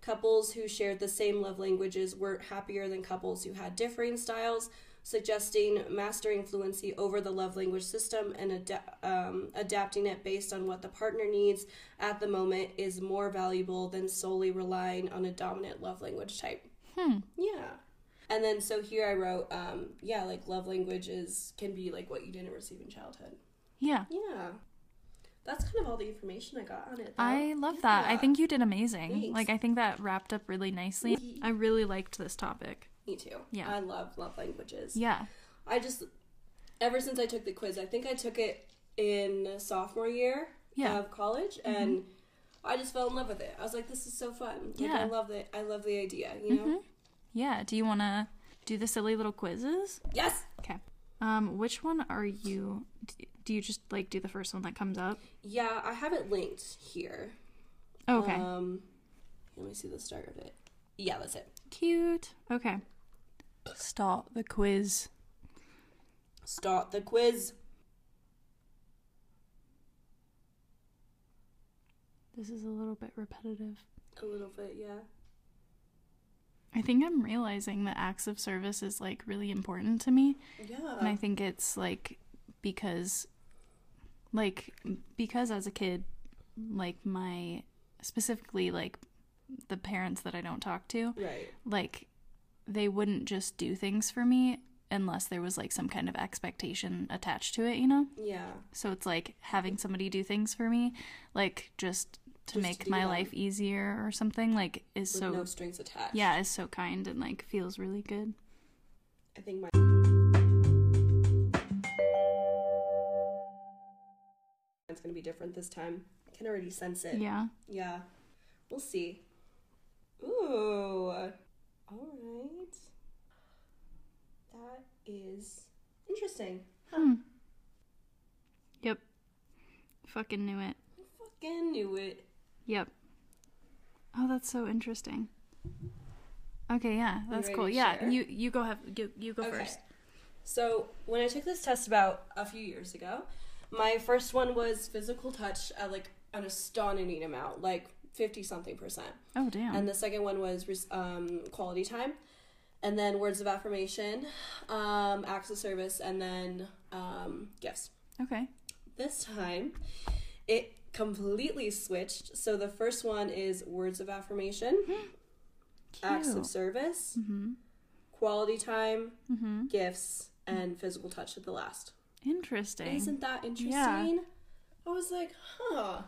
A: Couples who shared the same love languages were happier than couples who had differing styles, suggesting mastering fluency over the love language system and ada- um, adapting it based on what the partner needs at the moment is more valuable than solely relying on a dominant love language type.
B: Hmm.
A: Yeah. And then so here I wrote, um, yeah, like love languages can be like what you didn't receive in childhood.
B: Yeah.
A: Yeah. That's kind of all the information I got on it. though.
B: I love that. I
A: Yeah.
B: think you did amazing.
A: Thanks.
B: Like I think that wrapped up really nicely. I really liked this topic.
A: Me too.
B: Yeah.
A: I love love languages.
B: Yeah.
A: I just ever since I took the quiz, I think I took it in sophomore year
B: Yeah. Mm-hmm.
A: of college and I just fell in love with it. I was like, this is so fun. Like,
B: Yeah. Mm-hmm.
A: I love it. I love the idea, you know?
B: Yeah. Do you want to do the silly little quizzes?
A: Yes.
B: Okay. Um which one are you d- do you just like do the first one that comes up?
A: Yeah, I have it linked here.
B: Okay.
A: Um let me see the start of it. Yeah, that's it.
B: Cute. Okay. Start the quiz.
A: Start the quiz.
B: This is a little bit repetitive.
A: A little bit, yeah.
B: I think I'm realizing that acts of service is like really important to me. And I
A: Yeah.
B: think it's like because like because as a kid like my specifically like the parents that I don't talk to
A: Right.
B: like they wouldn't just do things for me unless there was like some kind of expectation attached to it, you know?
A: Yeah.
B: So it's like having somebody do things for me like just to
A: Just
B: make
A: do
B: my
A: them.
B: life easier or something like is
A: With
B: so
A: no strings attached.
B: yeah, is so kind and like feels really good.
A: I think my it's gonna be different this time. I can already sense it.
B: Yeah.
A: Yeah. We'll see. Ooh. Alright. That is interesting.
B: Hmm. Yep. Fucking knew it.
A: I fucking knew it.
B: Yep. Oh, that's so interesting. Okay, yeah, that's
A: ready
B: cool.
A: to
B: Yeah,
A: share?
B: you you go have you, you go first.
A: So when I took this test about a few years ago, my first one was physical touch at like an astonishing amount, like fifty something percent,
B: Oh damn.
A: and the second one was res- um, quality time, and then words of affirmation, um, acts of service, and then um, gifts.
B: okay.
A: This time, it completely switched. So the first one is words of affirmation, acts of service,
B: hmm
A: quality time,
B: hmm
A: gifts, and physical touch at the last.
B: Interesting.
A: Isn't that interesting? I was like, huh.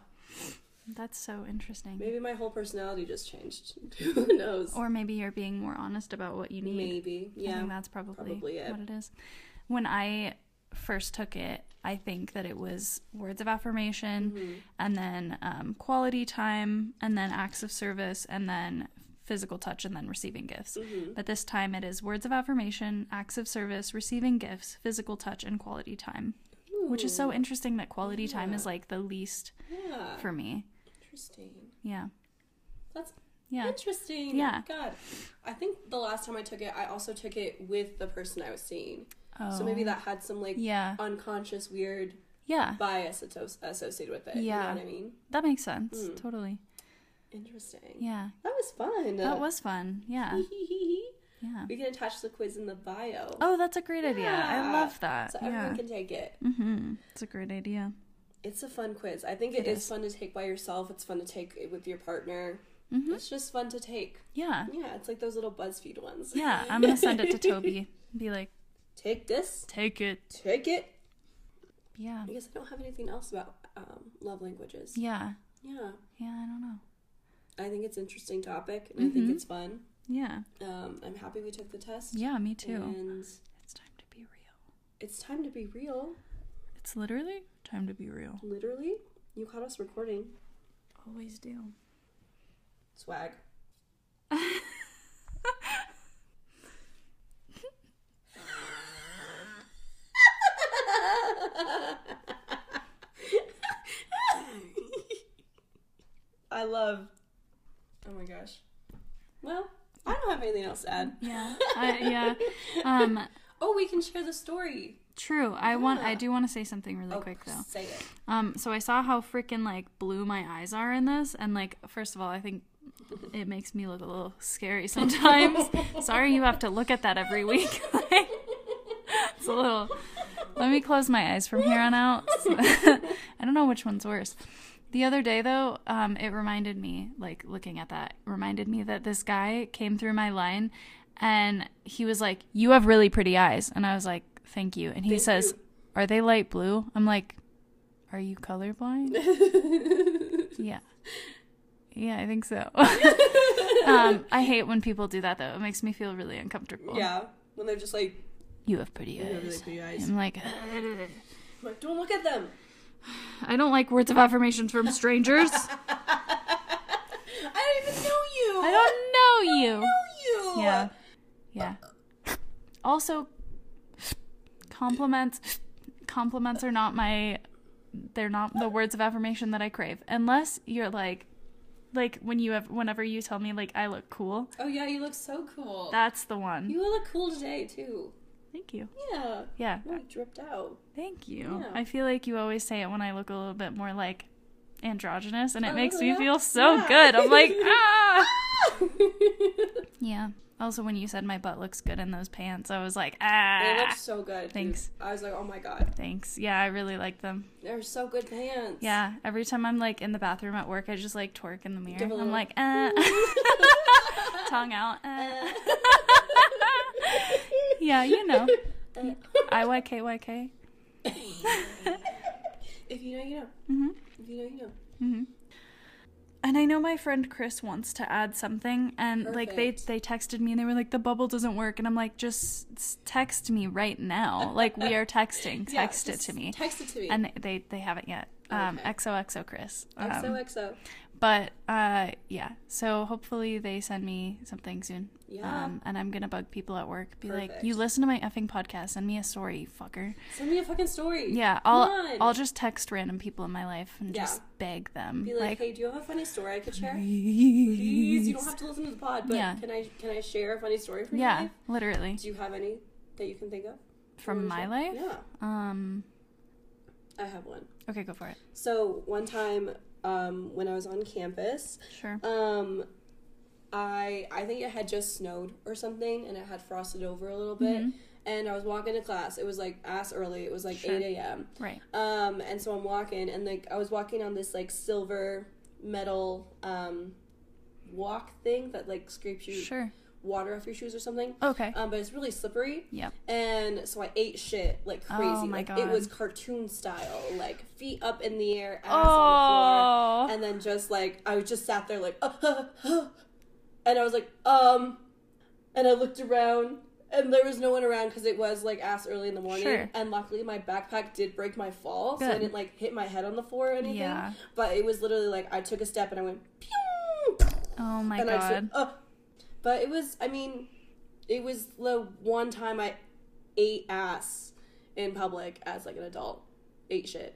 B: That's so interesting.
A: Maybe my whole personality just changed. Who knows?
B: Or maybe you're being more honest about what you need.
A: Maybe.
B: I
A: Yeah.
B: think that's probably,
A: probably it.
B: what it is. When I first took it, I think that it was words of affirmation
A: Hmm.
B: and then um, quality time and then acts of service and then physical touch and then receiving gifts.
A: Mm-hmm.
B: But this time it is words of affirmation, acts of service, receiving gifts, physical touch, and quality time. Which is so interesting that quality time is like the least
A: Yeah.
B: for me.
A: Interesting.
B: Yeah.
A: That's
B: Yeah.
A: interesting.
B: Yeah.
A: God. I think the last time I took it, I also took it with the person I was seeing.
B: Oh.
A: So maybe that had some like
B: Yeah.
A: unconscious weird
B: Yeah.
A: bias ato- associated with it.
B: Yeah.
A: You know what I mean?
B: That makes sense.
A: Mm.
B: Totally.
A: Interesting.
B: Yeah.
A: That was fun.
B: That was fun. Yeah. Yeah.
A: we can attach the quiz in the bio.
B: Oh, that's a great idea. I
A: Yeah.
B: love that.
A: So
B: yeah.
A: everyone can take it.
B: hmm It's a great idea.
A: It's a fun quiz. I think
B: It
A: it is.
B: is.
A: fun to take by yourself. It's fun to take it with your partner.
B: hmm
A: It's just fun to take.
B: Yeah.
A: Yeah, it's like those little BuzzFeed ones.
B: Yeah. I'm going to send it to Toby. Be like,
A: Take this,
B: take it.
A: take it.
B: Yeah.
A: I guess I don't have anything else about um, love languages.
B: Yeah.
A: Yeah,
B: Yeah. I don't know.
A: I think it's an interesting topic, and I think
B: Mhm.
A: it's fun.
B: Yeah.
A: Um, I'm happy we took the test.
B: Yeah. Me too.
A: And
B: It's time to be real.
A: it's time to be real.
B: It's literally time to be real.
A: Literally, you caught us recording.
B: Always do.
A: Swag. I love. Oh my gosh. Well, I don't have anything else to add.
B: Yeah. I, yeah. Um,
A: Oh, we can share the story.
B: True. I want. I
A: Yeah.
B: do want to say something really
A: Oh,
B: quick though.
A: Say it.
B: Um, so I saw how freaking like blue my eyes are in this, and like first of all, I think it makes me look a little scary sometimes. Sorry, you have to look at that every week. Like, it's a little. Let me close my eyes from here on out. I don't know which one's worse. The other day though, um, it reminded me, like looking at that, reminded me that this guy came through my line, and he was like, "You have really pretty eyes," and I was like, "Thank you," and he says.
A: you.
B: Are they light blue? I'm like, are you colorblind? yeah. Yeah, I think so. um, I hate when people do that though. It makes me feel really uncomfortable.
A: Yeah. When they're just like,
B: You have pretty
A: you
B: eyes.
A: have really pretty eyes.
B: I'm like,
A: I'm like, don't look at them.
B: I don't like words of affirmation from strangers.
A: I don't even know you.
B: I don't know you.
A: know you.
B: Yeah. Yeah. Also, compliments compliments are not my they're not the words of affirmation that I crave. Unless you're like like when you have whenever you tell me like I look cool,
A: Oh yeah, you look so cool.
B: that's the one.
A: Oh. you look cool today too.
B: Thank you.
A: Yeah.
B: Yeah.
A: You look dripped out.
B: Thank you.
A: Yeah.
B: I feel like you always say it when I look a little bit more like androgynous and it
A: Oh,
B: makes me
A: yeah.
B: feel so
A: Yeah.
B: good. I'm like, ah. Yeah. Also when you said my butt looks good in those pants, I was like,
A: they
B: ah.
A: look so good. dude.
B: Thanks.
A: I was like, oh my god,
B: Thanks. Yeah, I really like them.
A: they're so good pants.
B: Yeah, every time I'm like in the bathroom at work, I just like twerk in the mirror.
A: Give a little-
B: I'm like, uh, tongue out. Uh. yeah, you know, IYKYK.
A: if you know, you know.
B: hmm
A: If you know, you know.
B: hmm And I know my friend Chris wants to add something, and like they
A: Perfect.
B: they texted me and they were like, the bubble doesn't work, and I'm like, just s- text me right now. Like we are texting.
A: Yeah,
B: Text it
A: just
B: to me.
A: Text it to me.
B: And they they, they haven't yet. Um,
A: Okay.
B: XOXO Chris. Um,
A: XOXO.
B: But uh, yeah, so hopefully they send me something soon.
A: Yeah.
B: Um, and I'm gonna bug people at work. Be like,
A: Perfect.
B: you listen to my effing podcast. Send me a story, fucker.
A: Send me a fucking story.
B: Yeah, I'll
A: Come on.
B: I'll just text random people in my life and
A: Yeah.
B: just beg them.
A: be like, hey, do you have a funny story I could share? Please, you don't have to listen to the pod, but
B: Yeah.
A: can I can I share a funny story from your
B: yeah,
A: life?
B: literally
A: Do you have any that you can think of?
B: from my life.
A: Yeah,
B: Um.
A: I have one.
B: Okay, go for it.
A: So one time, um, when I was on campus,
B: Sure.
A: um, I I think it had just snowed or something, and it had frosted over a little bit. And I was walking to class. It was like ass early. It was like
B: Mm-hmm. Sure.
A: eight a.m.
B: Right.
A: Um, and so I'm walking, and like I was walking on this like silver metal um walk thing that like scrapes your
B: Sure.
A: water off your shoes or something.
B: Okay.
A: Um, but it's really slippery.
B: Yep.
A: And so I ate shit like
B: Oh
A: crazy.
B: my
A: like
B: God.
A: it was cartoon style, like feet up in the air, ass on the
B: Oh.
A: floor, and then just like I was just sat there like, "Uh, and I was like, um, and I looked around. And there was no one around because it was like ass early in the morning.
B: Sure.
A: And luckily, my backpack did break my fall, so I
B: Good.
A: didn't like hit my head on the floor or anything.
B: Yeah.
A: But it was literally like I took a step and I went, pew!
B: Oh my
A: and I
B: god.
A: just, uh, but it was, I mean, it was the one time I ate ass in public as like an adult. Ate shit.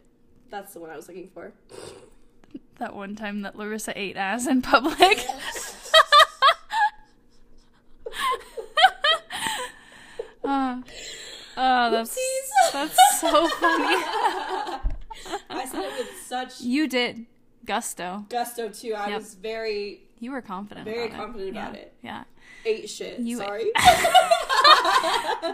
A: That's the one I was looking for.
B: That one time that Larissa ate ass in public. Uh, oh, that's that's so funny.
A: I said it with such
B: You did gusto.
A: gusto too. I
B: Yep.
A: was very
B: You were confident.
A: Very
B: about
A: confident
B: it.
A: about
B: yeah.
A: it.
B: Yeah,
A: ate shit.
B: You-
A: Sorry,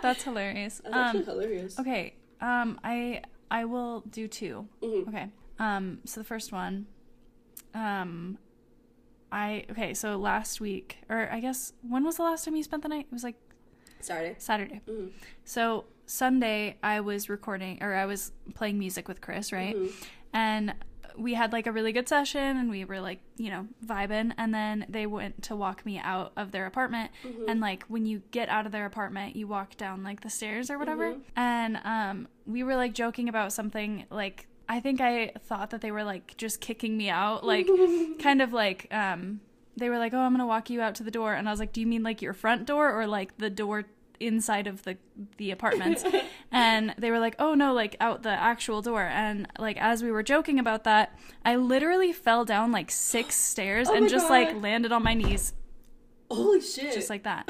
B: that's hilarious.
A: that's actually
B: Um,
A: hilarious.
B: okay. Um, I I will do 2
A: Mm-hmm.
B: Okay. Um, so the first one. Um, I okay. So last week, or I guess when was the last time you spent the night? It was like
A: Sorry.
B: Saturday.
A: Mhm.
B: So Sunday, I was recording or I was playing music with Chris, right?
A: Mm-hmm.
B: And we had like a really good session and we were like, you know, vibing. And then they went to walk me out of their apartment. And like when you get out of their apartment, you walk down like the stairs or whatever.
A: Mm-hmm.
B: And um, we were like joking about something like, I think I thought that they were like just kicking me
A: Mm-hmm.
B: out, like kind of like um they were like, "Oh, I'm gonna walk you out to the door," and I was like, "Do you mean like your front door or like the door inside of the the apartments?" and they were like, "Oh no, like out the actual door." And like as we were joking about that, I literally fell down like six stairs
A: Oh
B: and
A: my
B: just like
A: God.
B: landed on my knees
A: Holy shit!
B: just like that.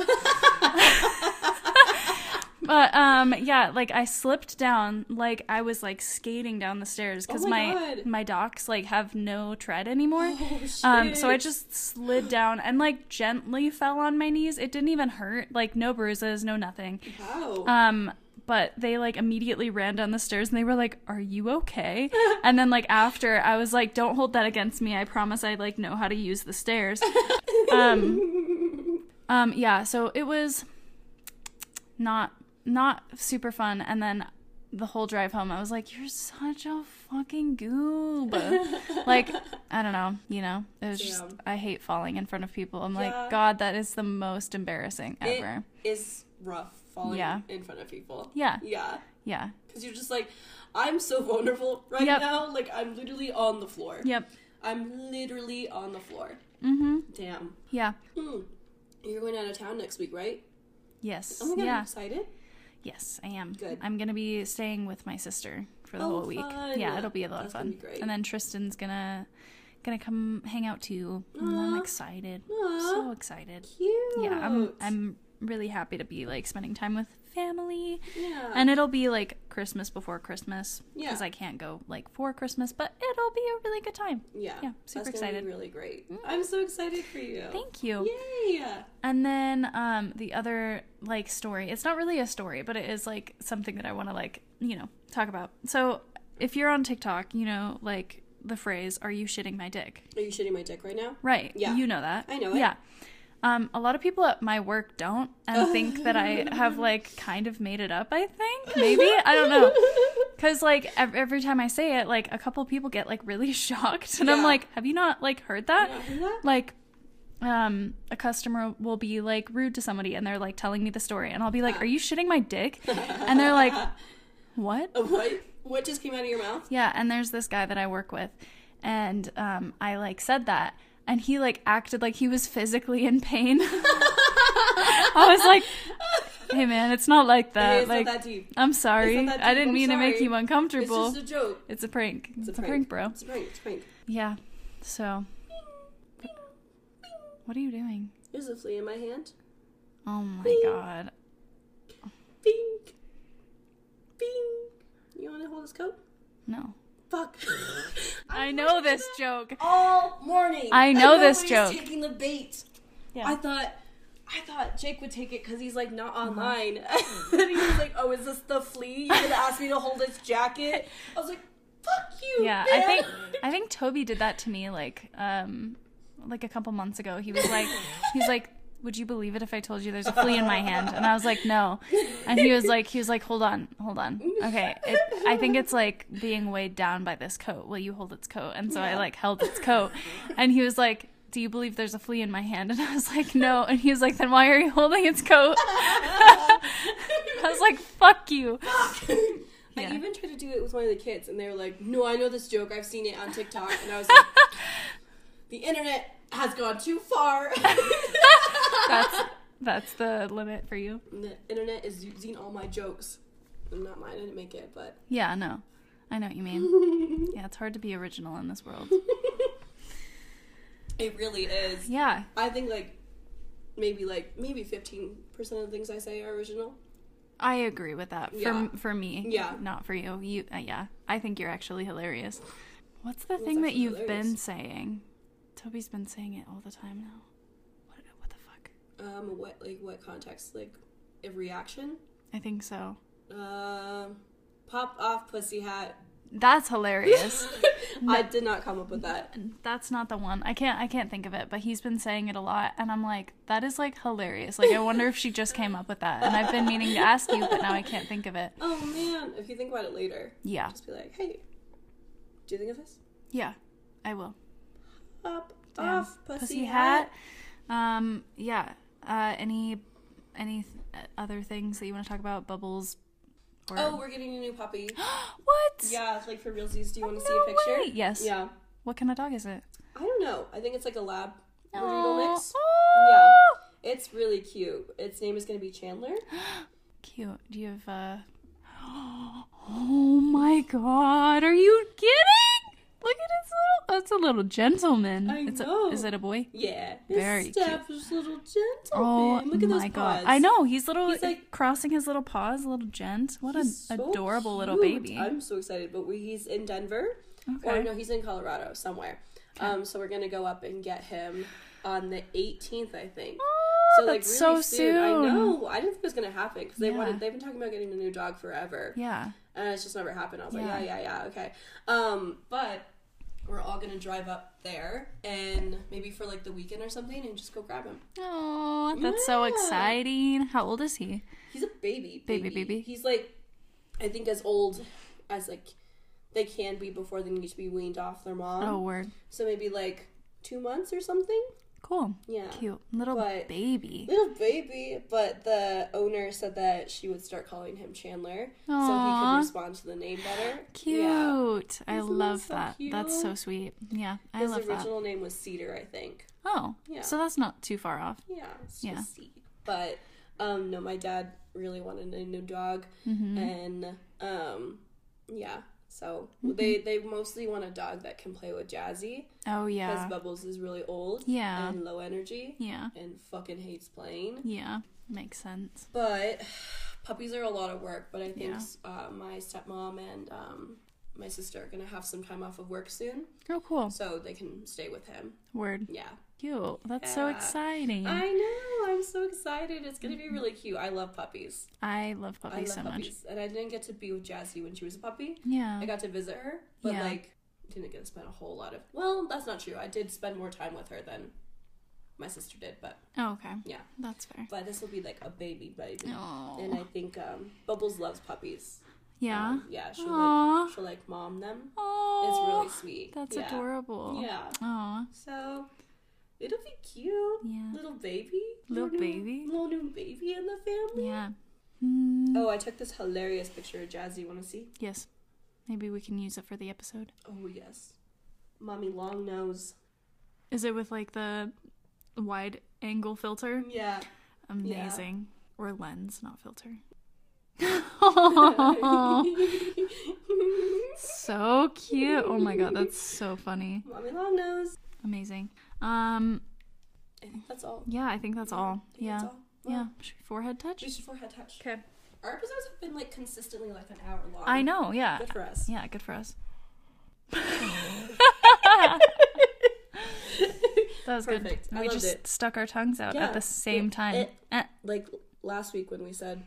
B: But um, yeah, like I slipped down, like I was like skating down the stairs because
A: Oh my
B: my
A: God.
B: my docks like have no tread anymore.
A: Oh, shit.
B: Um, so I just slid down and like gently fell on my knees. It didn't even hurt, like no bruises, no nothing.
A: Wow.
B: Um, but they like immediately ran down the stairs and they were like, "Are you okay?" and then like after, I was like, "Don't hold that against me. I promise I like know how to use the stairs." um, um, yeah. So it was not not super fun. And then the whole drive home, I was like, "You're such a fucking goob." like I don't know, you know, it was just
A: Damn.
B: I hate falling in front of people. I'm
A: Yeah.
B: like, God, that is the most embarrassing
A: It
B: ever.
A: is rough falling
B: Yeah.
A: in front of people.
B: yeah,
A: Yeah.
B: yeah,
A: Because you're just like, I'm so vulnerable right
B: Yep.
A: now. Like, I'm literally on the floor.
B: yep.
A: I'm literally on the floor.
B: Mm-hmm.
A: Damn.
B: Yeah.
A: Hmm. You're going out of town next week, right?
B: Yes.
A: Oh my god, I'm
B: yeah.
A: excited.
B: Yes, I am.
A: Good.
B: I'm gonna be staying with my sister for the
A: Oh,
B: whole week.
A: fun.
B: Yeah, it'll be a lot
A: That's
B: of
A: gonna
B: fun.
A: be great.
B: And then Tristan's gonna gonna come hang out too. And I'm
A: Aw.
B: excited.
A: Aw.
B: So excited.
A: Cute.
B: Yeah, I'm I'm really happy to be like spending time with family.
A: Yeah.
B: And it'll be like Christmas before Christmas.
A: Yeah.
B: Because I can't go like for Christmas, but it'll be a really good time.
A: yeah.
B: yeah, super
A: That's gonna be
B: excited. Mm.
A: really great. I'm so excited for you.
B: Thank you.
A: Yay.
B: And then um, the other like story, it's not really a story, but it is like something that I want to like, you know, talk about. So if you're on TikTok, you know, like the phrase, are you shitting my dick?
A: Are you shitting my dick right now?
B: Right.
A: Yeah.
B: You know that.
A: I know it.
B: Yeah. Um, a lot of people at my work don't and think that I have like kind of made it up, I think. Maybe. I don't know. Cause like ev- every time I say it, like a couple people get like really shocked, and I'm
A: Yeah.
B: like, "Have you not like heard that?"
A: You know that?
B: like um a customer will be like rude to somebody and they're like telling me the story and I'll be like, "Are you shitting my dick?" and they're like, "What?"
A: Uh, What? What just came out of your mouth?
B: Yeah, and there's this guy that I work with and um I like said that and he like acted like he was physically in pain. I was like, "Hey man, it's not like that."
A: Hey, it's
B: like
A: not that deep.
B: I'm sorry.
A: that
B: I
A: deep.
B: didn't
A: I'm
B: mean to make
A: sorry.
B: you
A: It's
B: uncomfortable.
A: just a joke.
B: It's a prank. It's, a, prank. bro.
A: It's a prank. It's a prank.
B: Yeah. So. What are you doing?
A: There's a flea in my hand.
B: Oh my
A: Bing.
B: god.
A: Bing. Bing. You want to hold his coat?
B: No.
A: Fuck.
B: I know this joke.
A: all morning.
B: I know this
A: he's
B: joke.
A: Taking the bait.
B: Yeah.
A: I thought, I thought Jake would take it because he's like not
B: Uh-huh.
A: online. and he was like, "Oh, is this the flea? You gonna ask me to hold his jacket?" I was like, "Fuck you."
B: Yeah, I
A: man."
B: think I think Toby did that to me like um like a couple months ago. He was like he's like would you believe it if I told you there's a flea in my hand? And I was like, no. And he was like, he was like, hold on, hold on. Okay, it, I think it's like being weighed down by this coat. Will you hold its coat? And so I like held its coat, and he was like, do you believe there's a flea in my hand? And I was like, no. And he was like, then why are you holding its coat? I was like, fuck you.
A: I
B: Yeah.
A: even tried to do it with one of the kids, and they were like, "No, I know this joke. I've seen it on TikTok." And I was like, "The internet has gone too far.
B: That's that's the limit for you.
A: the internet is using all my jokes." Not mine. I didn't make it, but
B: Yeah, no. I know what you mean. yeah, it's hard to be original in this world.
A: it really is.
B: Yeah.
A: I think like maybe like maybe fifteen percent of the things I say are original.
B: I agree with that. For
A: Yeah.
B: for me.
A: Yeah.
B: Not for you. You uh, yeah. I think you're actually hilarious. What's the
A: That's
B: thing that
A: actually
B: you've been
A: hilarious.
B: saying? Toby's been saying it all the time now. What what the fuck?
A: Um, what like what context? Like a reaction?
B: I think so.
A: Um, pop off, pussy hat.
B: That's hilarious.
A: I did not come up with that.
B: That's not the one. I can't I can't think of it, but he's been saying it a lot and I'm like, that is like hilarious. Like I wonder if she just came up with that. And I've been meaning to ask you, but now I can't think of it.
A: Oh man, if you think about it later,
B: Yeah.
A: just be like, hey, do you think of this?
B: Yeah. I will.
A: Pop
B: Yeah.
A: off, pussy,
B: pussy
A: hat.
B: hat. Um, yeah. Uh, any any th- uh, other things that you want to talk about? Bubbles. Or...
A: Oh, we're getting a new puppy.
B: what?
A: yeah, like for realsies. Do you want to
B: Oh, No
A: see a picture?
B: way. Yes.
A: Yeah.
B: What kind of dog is it?
A: I don't know. I think it's like a lab
B: Aw.
A: retrieval mix.
B: Oh!
A: It's really cute. Its name is going to be Chandler.
B: Cute. Do you have uh... Oh my god! Are you kidding? Look at That's a little, that's a little gentleman.
A: I
B: It's a-
A: know.
B: is it a boy?
A: Yeah.
B: Very cute.
A: Established little gentleman.
B: Oh
A: Look at those
B: my god!
A: paws.
B: I know he's little,
A: He's like-
B: crossing his little paws, little gent. What an
A: He's so
B: adorable little
A: cute.
B: baby.
A: I'm so excited. But we, he's in Denver. Or
B: okay.
A: no, he's in Colorado somewhere. Um, so we're gonna go up and get him on the 18th, I think.
B: Oh,
A: so like
B: that's
A: really
B: so
A: soon.
B: soon.
A: I know. I didn't think it was gonna happen because they
B: Yeah.
A: wanted. They've been talking about getting a new dog forever,
B: Yeah.
A: and it's just never happened. I was
B: Yeah.
A: like, yeah, yeah, yeah, okay. Um, but we're all gonna drive up there and maybe for like the weekend or something, and just go grab him.
B: Oh, that's so
A: Yeah.
B: exciting. How old is he?
A: He's a baby,
B: Baby, baby.
A: He's like, I think as old as like they can be before they need to be weaned off their mom.
B: oh, word.
A: So maybe like two months or something.
B: Cool.
A: Yeah.
B: Cute. Little
A: But-
B: baby.
A: Little baby, but the owner said that she would start calling him Chandler so he
B: Aw.
A: could respond to the name better.
B: Cute.
A: Yeah.
B: I
A: Isn't that
B: love
A: so
B: that. That's so
A: cute?
B: sweet. Yeah, I
A: His
B: love that.
A: original name was Cedar, I think.
B: Oh,
A: Yeah.
B: so that's not too far off.
A: Yeah, it's
B: Yeah.
A: just Seed. But um, no, my dad really wanted a new dog,
B: Mm-hmm.
A: and um, yeah. So
B: Mm-hmm.
A: they they mostly want a dog that can play with Jazzy
B: Oh
A: because
B: yeah,
A: Bubbles is really old,
B: Yeah.
A: and low energy,
B: yeah,
A: and fucking hates playing.
B: yeah. Makes sense.
A: But puppies are a lot of work. But I think
B: Yeah.
A: uh, my stepmom and um, my sister are gonna have some time off of work soon,
B: Oh, cool.
A: so they can stay with him.
B: Word.
A: Yeah,
B: Cute. That's so
A: Yeah.
B: exciting. I,
A: I know. I'm so excited. It's gonna be really cute. I love puppies.
B: love
A: I love
B: puppies so much.
A: puppies, and I didn't get to be with Jazzy when she was a puppy.
B: Yeah.
A: I got to visit her, but
B: Yeah.
A: like didn't get to spend a whole lot of. Well, that's not true. I did spend more time with her than my sister did, but
B: oh, okay.
A: yeah.
B: That's fair.
A: But this will be like a baby baby, and I
B: Oh.
A: think um, Bubbles loves puppies.
B: Yeah.
A: Um, yeah, she'll
B: Aw.
A: like she'll like mom them. It's
B: Oh.
A: really sweet.
B: That's
A: yeah.
B: adorable.
A: Yeah.
B: Oh.
A: So it'll be cute.
B: Yeah.
A: Little baby.
B: Little
A: new-
B: baby.
A: Little new baby in the family.
B: Yeah. Mm,
A: Oh, I took this hilarious picture of Jazzy. Wanna see?
B: Yes. Maybe we can use it for the episode.
A: Oh yes. Mommy long nose.
B: Is it with like the wide angle filter?
A: Yeah.
B: Amazing. Or lens, not filter. so cute. Oh my god, that's so funny.
A: Mommy long nose.
B: Amazing. Um
A: I think that's all.
B: yeah, I think that's all.
A: I think
B: Yeah.
A: That's all. Well,
B: Yeah. Should we forehead touch?
A: We should forehead touch.
B: Okay.
A: Our episodes have been like consistently like an hour long.
B: I know, yeah.
A: Good for us.
B: Yeah, good for us. that was
A: Perfect.
B: good.
A: I
B: we
A: loved
B: just
A: it.
B: stuck our tongues out
A: Yeah.
B: at the same time.
A: It-
B: Eh,
A: Like last week when we said,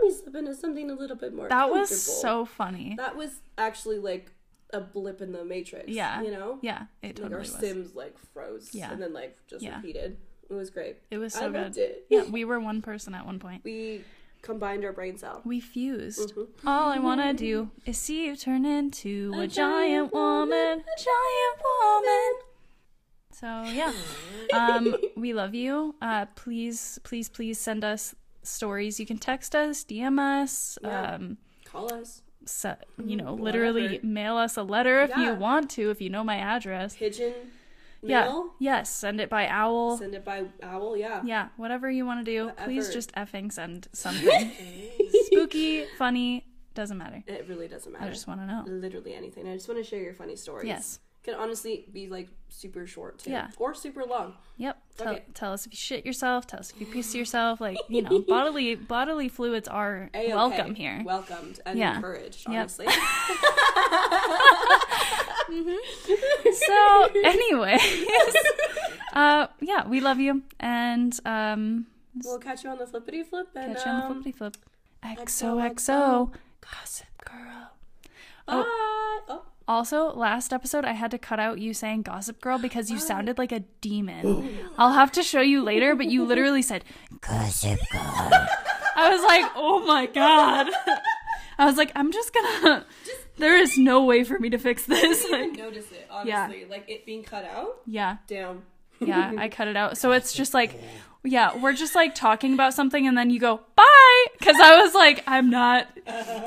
A: let me slip into something a little bit more.
B: that was
A: comfortable."
B: so funny.
A: That was actually like a blip in the matrix.
B: Yeah.
A: You know?
B: yeah, it
A: Like
B: totally
A: our
B: was.
A: Sims like froze.
B: Yeah.
A: And then like just
B: Yeah.
A: repeated. It was great.
B: It was so
A: I
B: good.
A: loved it.
B: Yeah, we were one person at one point.
A: We combined our brain cell.
B: We fused. All I wanna do is see you turn into Mm-hmm. a, giant,
A: giant
B: woman,
A: woman,
B: a giant woman. So yeah, um, we love you. Uh, please, please, please send us stories. You can text us, DM us,
A: Yeah.
B: um,
A: Call us.
B: se- you know,
A: Whatever.
B: literally mail us a Mm-hmm. letter if you
A: Yeah.
B: want to, if you know my address.
A: Pigeon
B: Yeah,
A: mail.
B: yes, send it by owl.
A: Send it by owl, yeah.
B: yeah, whatever you want to do, please
A: Whatever.
B: just effing send something. Spooky, funny, doesn't matter.
A: It really doesn't matter.
B: I just want to know.
A: Literally anything. I just want to share your funny stories.
B: Yes.
A: Can honestly be like super short too.
B: Yeah.
A: Or super long.
B: Yep. Tell,
A: Okay.
B: tell us if you shit yourself. Tell us if you piss yourself. Like you know, bodily bodily fluids are
A: A-okay.
B: welcome here.
A: Welcomed and
B: Yeah.
A: encouraged,
B: Yep.
A: honestly.
B: so, anyways, uh, yeah, we love you, and um,
A: we'll catch you on the flippity flip and
B: catch you on the
A: um,
B: flippity flip. XOXO,
A: XOXO.
B: gossip girl.
A: Bye. Oh.
B: Also, last episode I had to cut out you saying gossip girl because you sounded like a demon. I'll have to show you later, but you literally said gossip girl. I was like, "Oh my god." I was like, "I'm just going to There is no way for me to fix this."
A: I
B: Like,
A: didn't notice it,
B: Yeah.
A: honestly. Like it being cut out.
B: yeah.
A: Damn.
B: Yeah, I cut it out. So it's just like yeah, we're just like talking about something and then you go, "Bye." Cuz I was like, "I'm not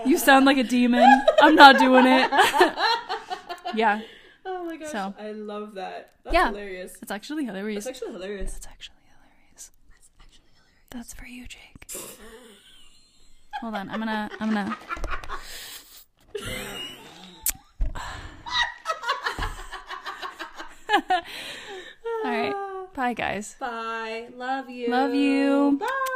B: You sound like a demon. I'm not doing it." yeah.
A: Oh my gosh.
B: So.
A: I love that. That's
B: Yeah.
A: hilarious.
B: It's actually hilarious.
A: It's actually hilarious.
B: It's actually hilarious. That's for you, Jake. Hold on, I'm gonna, I'm gonna.
A: Bye, guys.
B: Bye. Love you.
A: Ah. Love you.
B: Bye.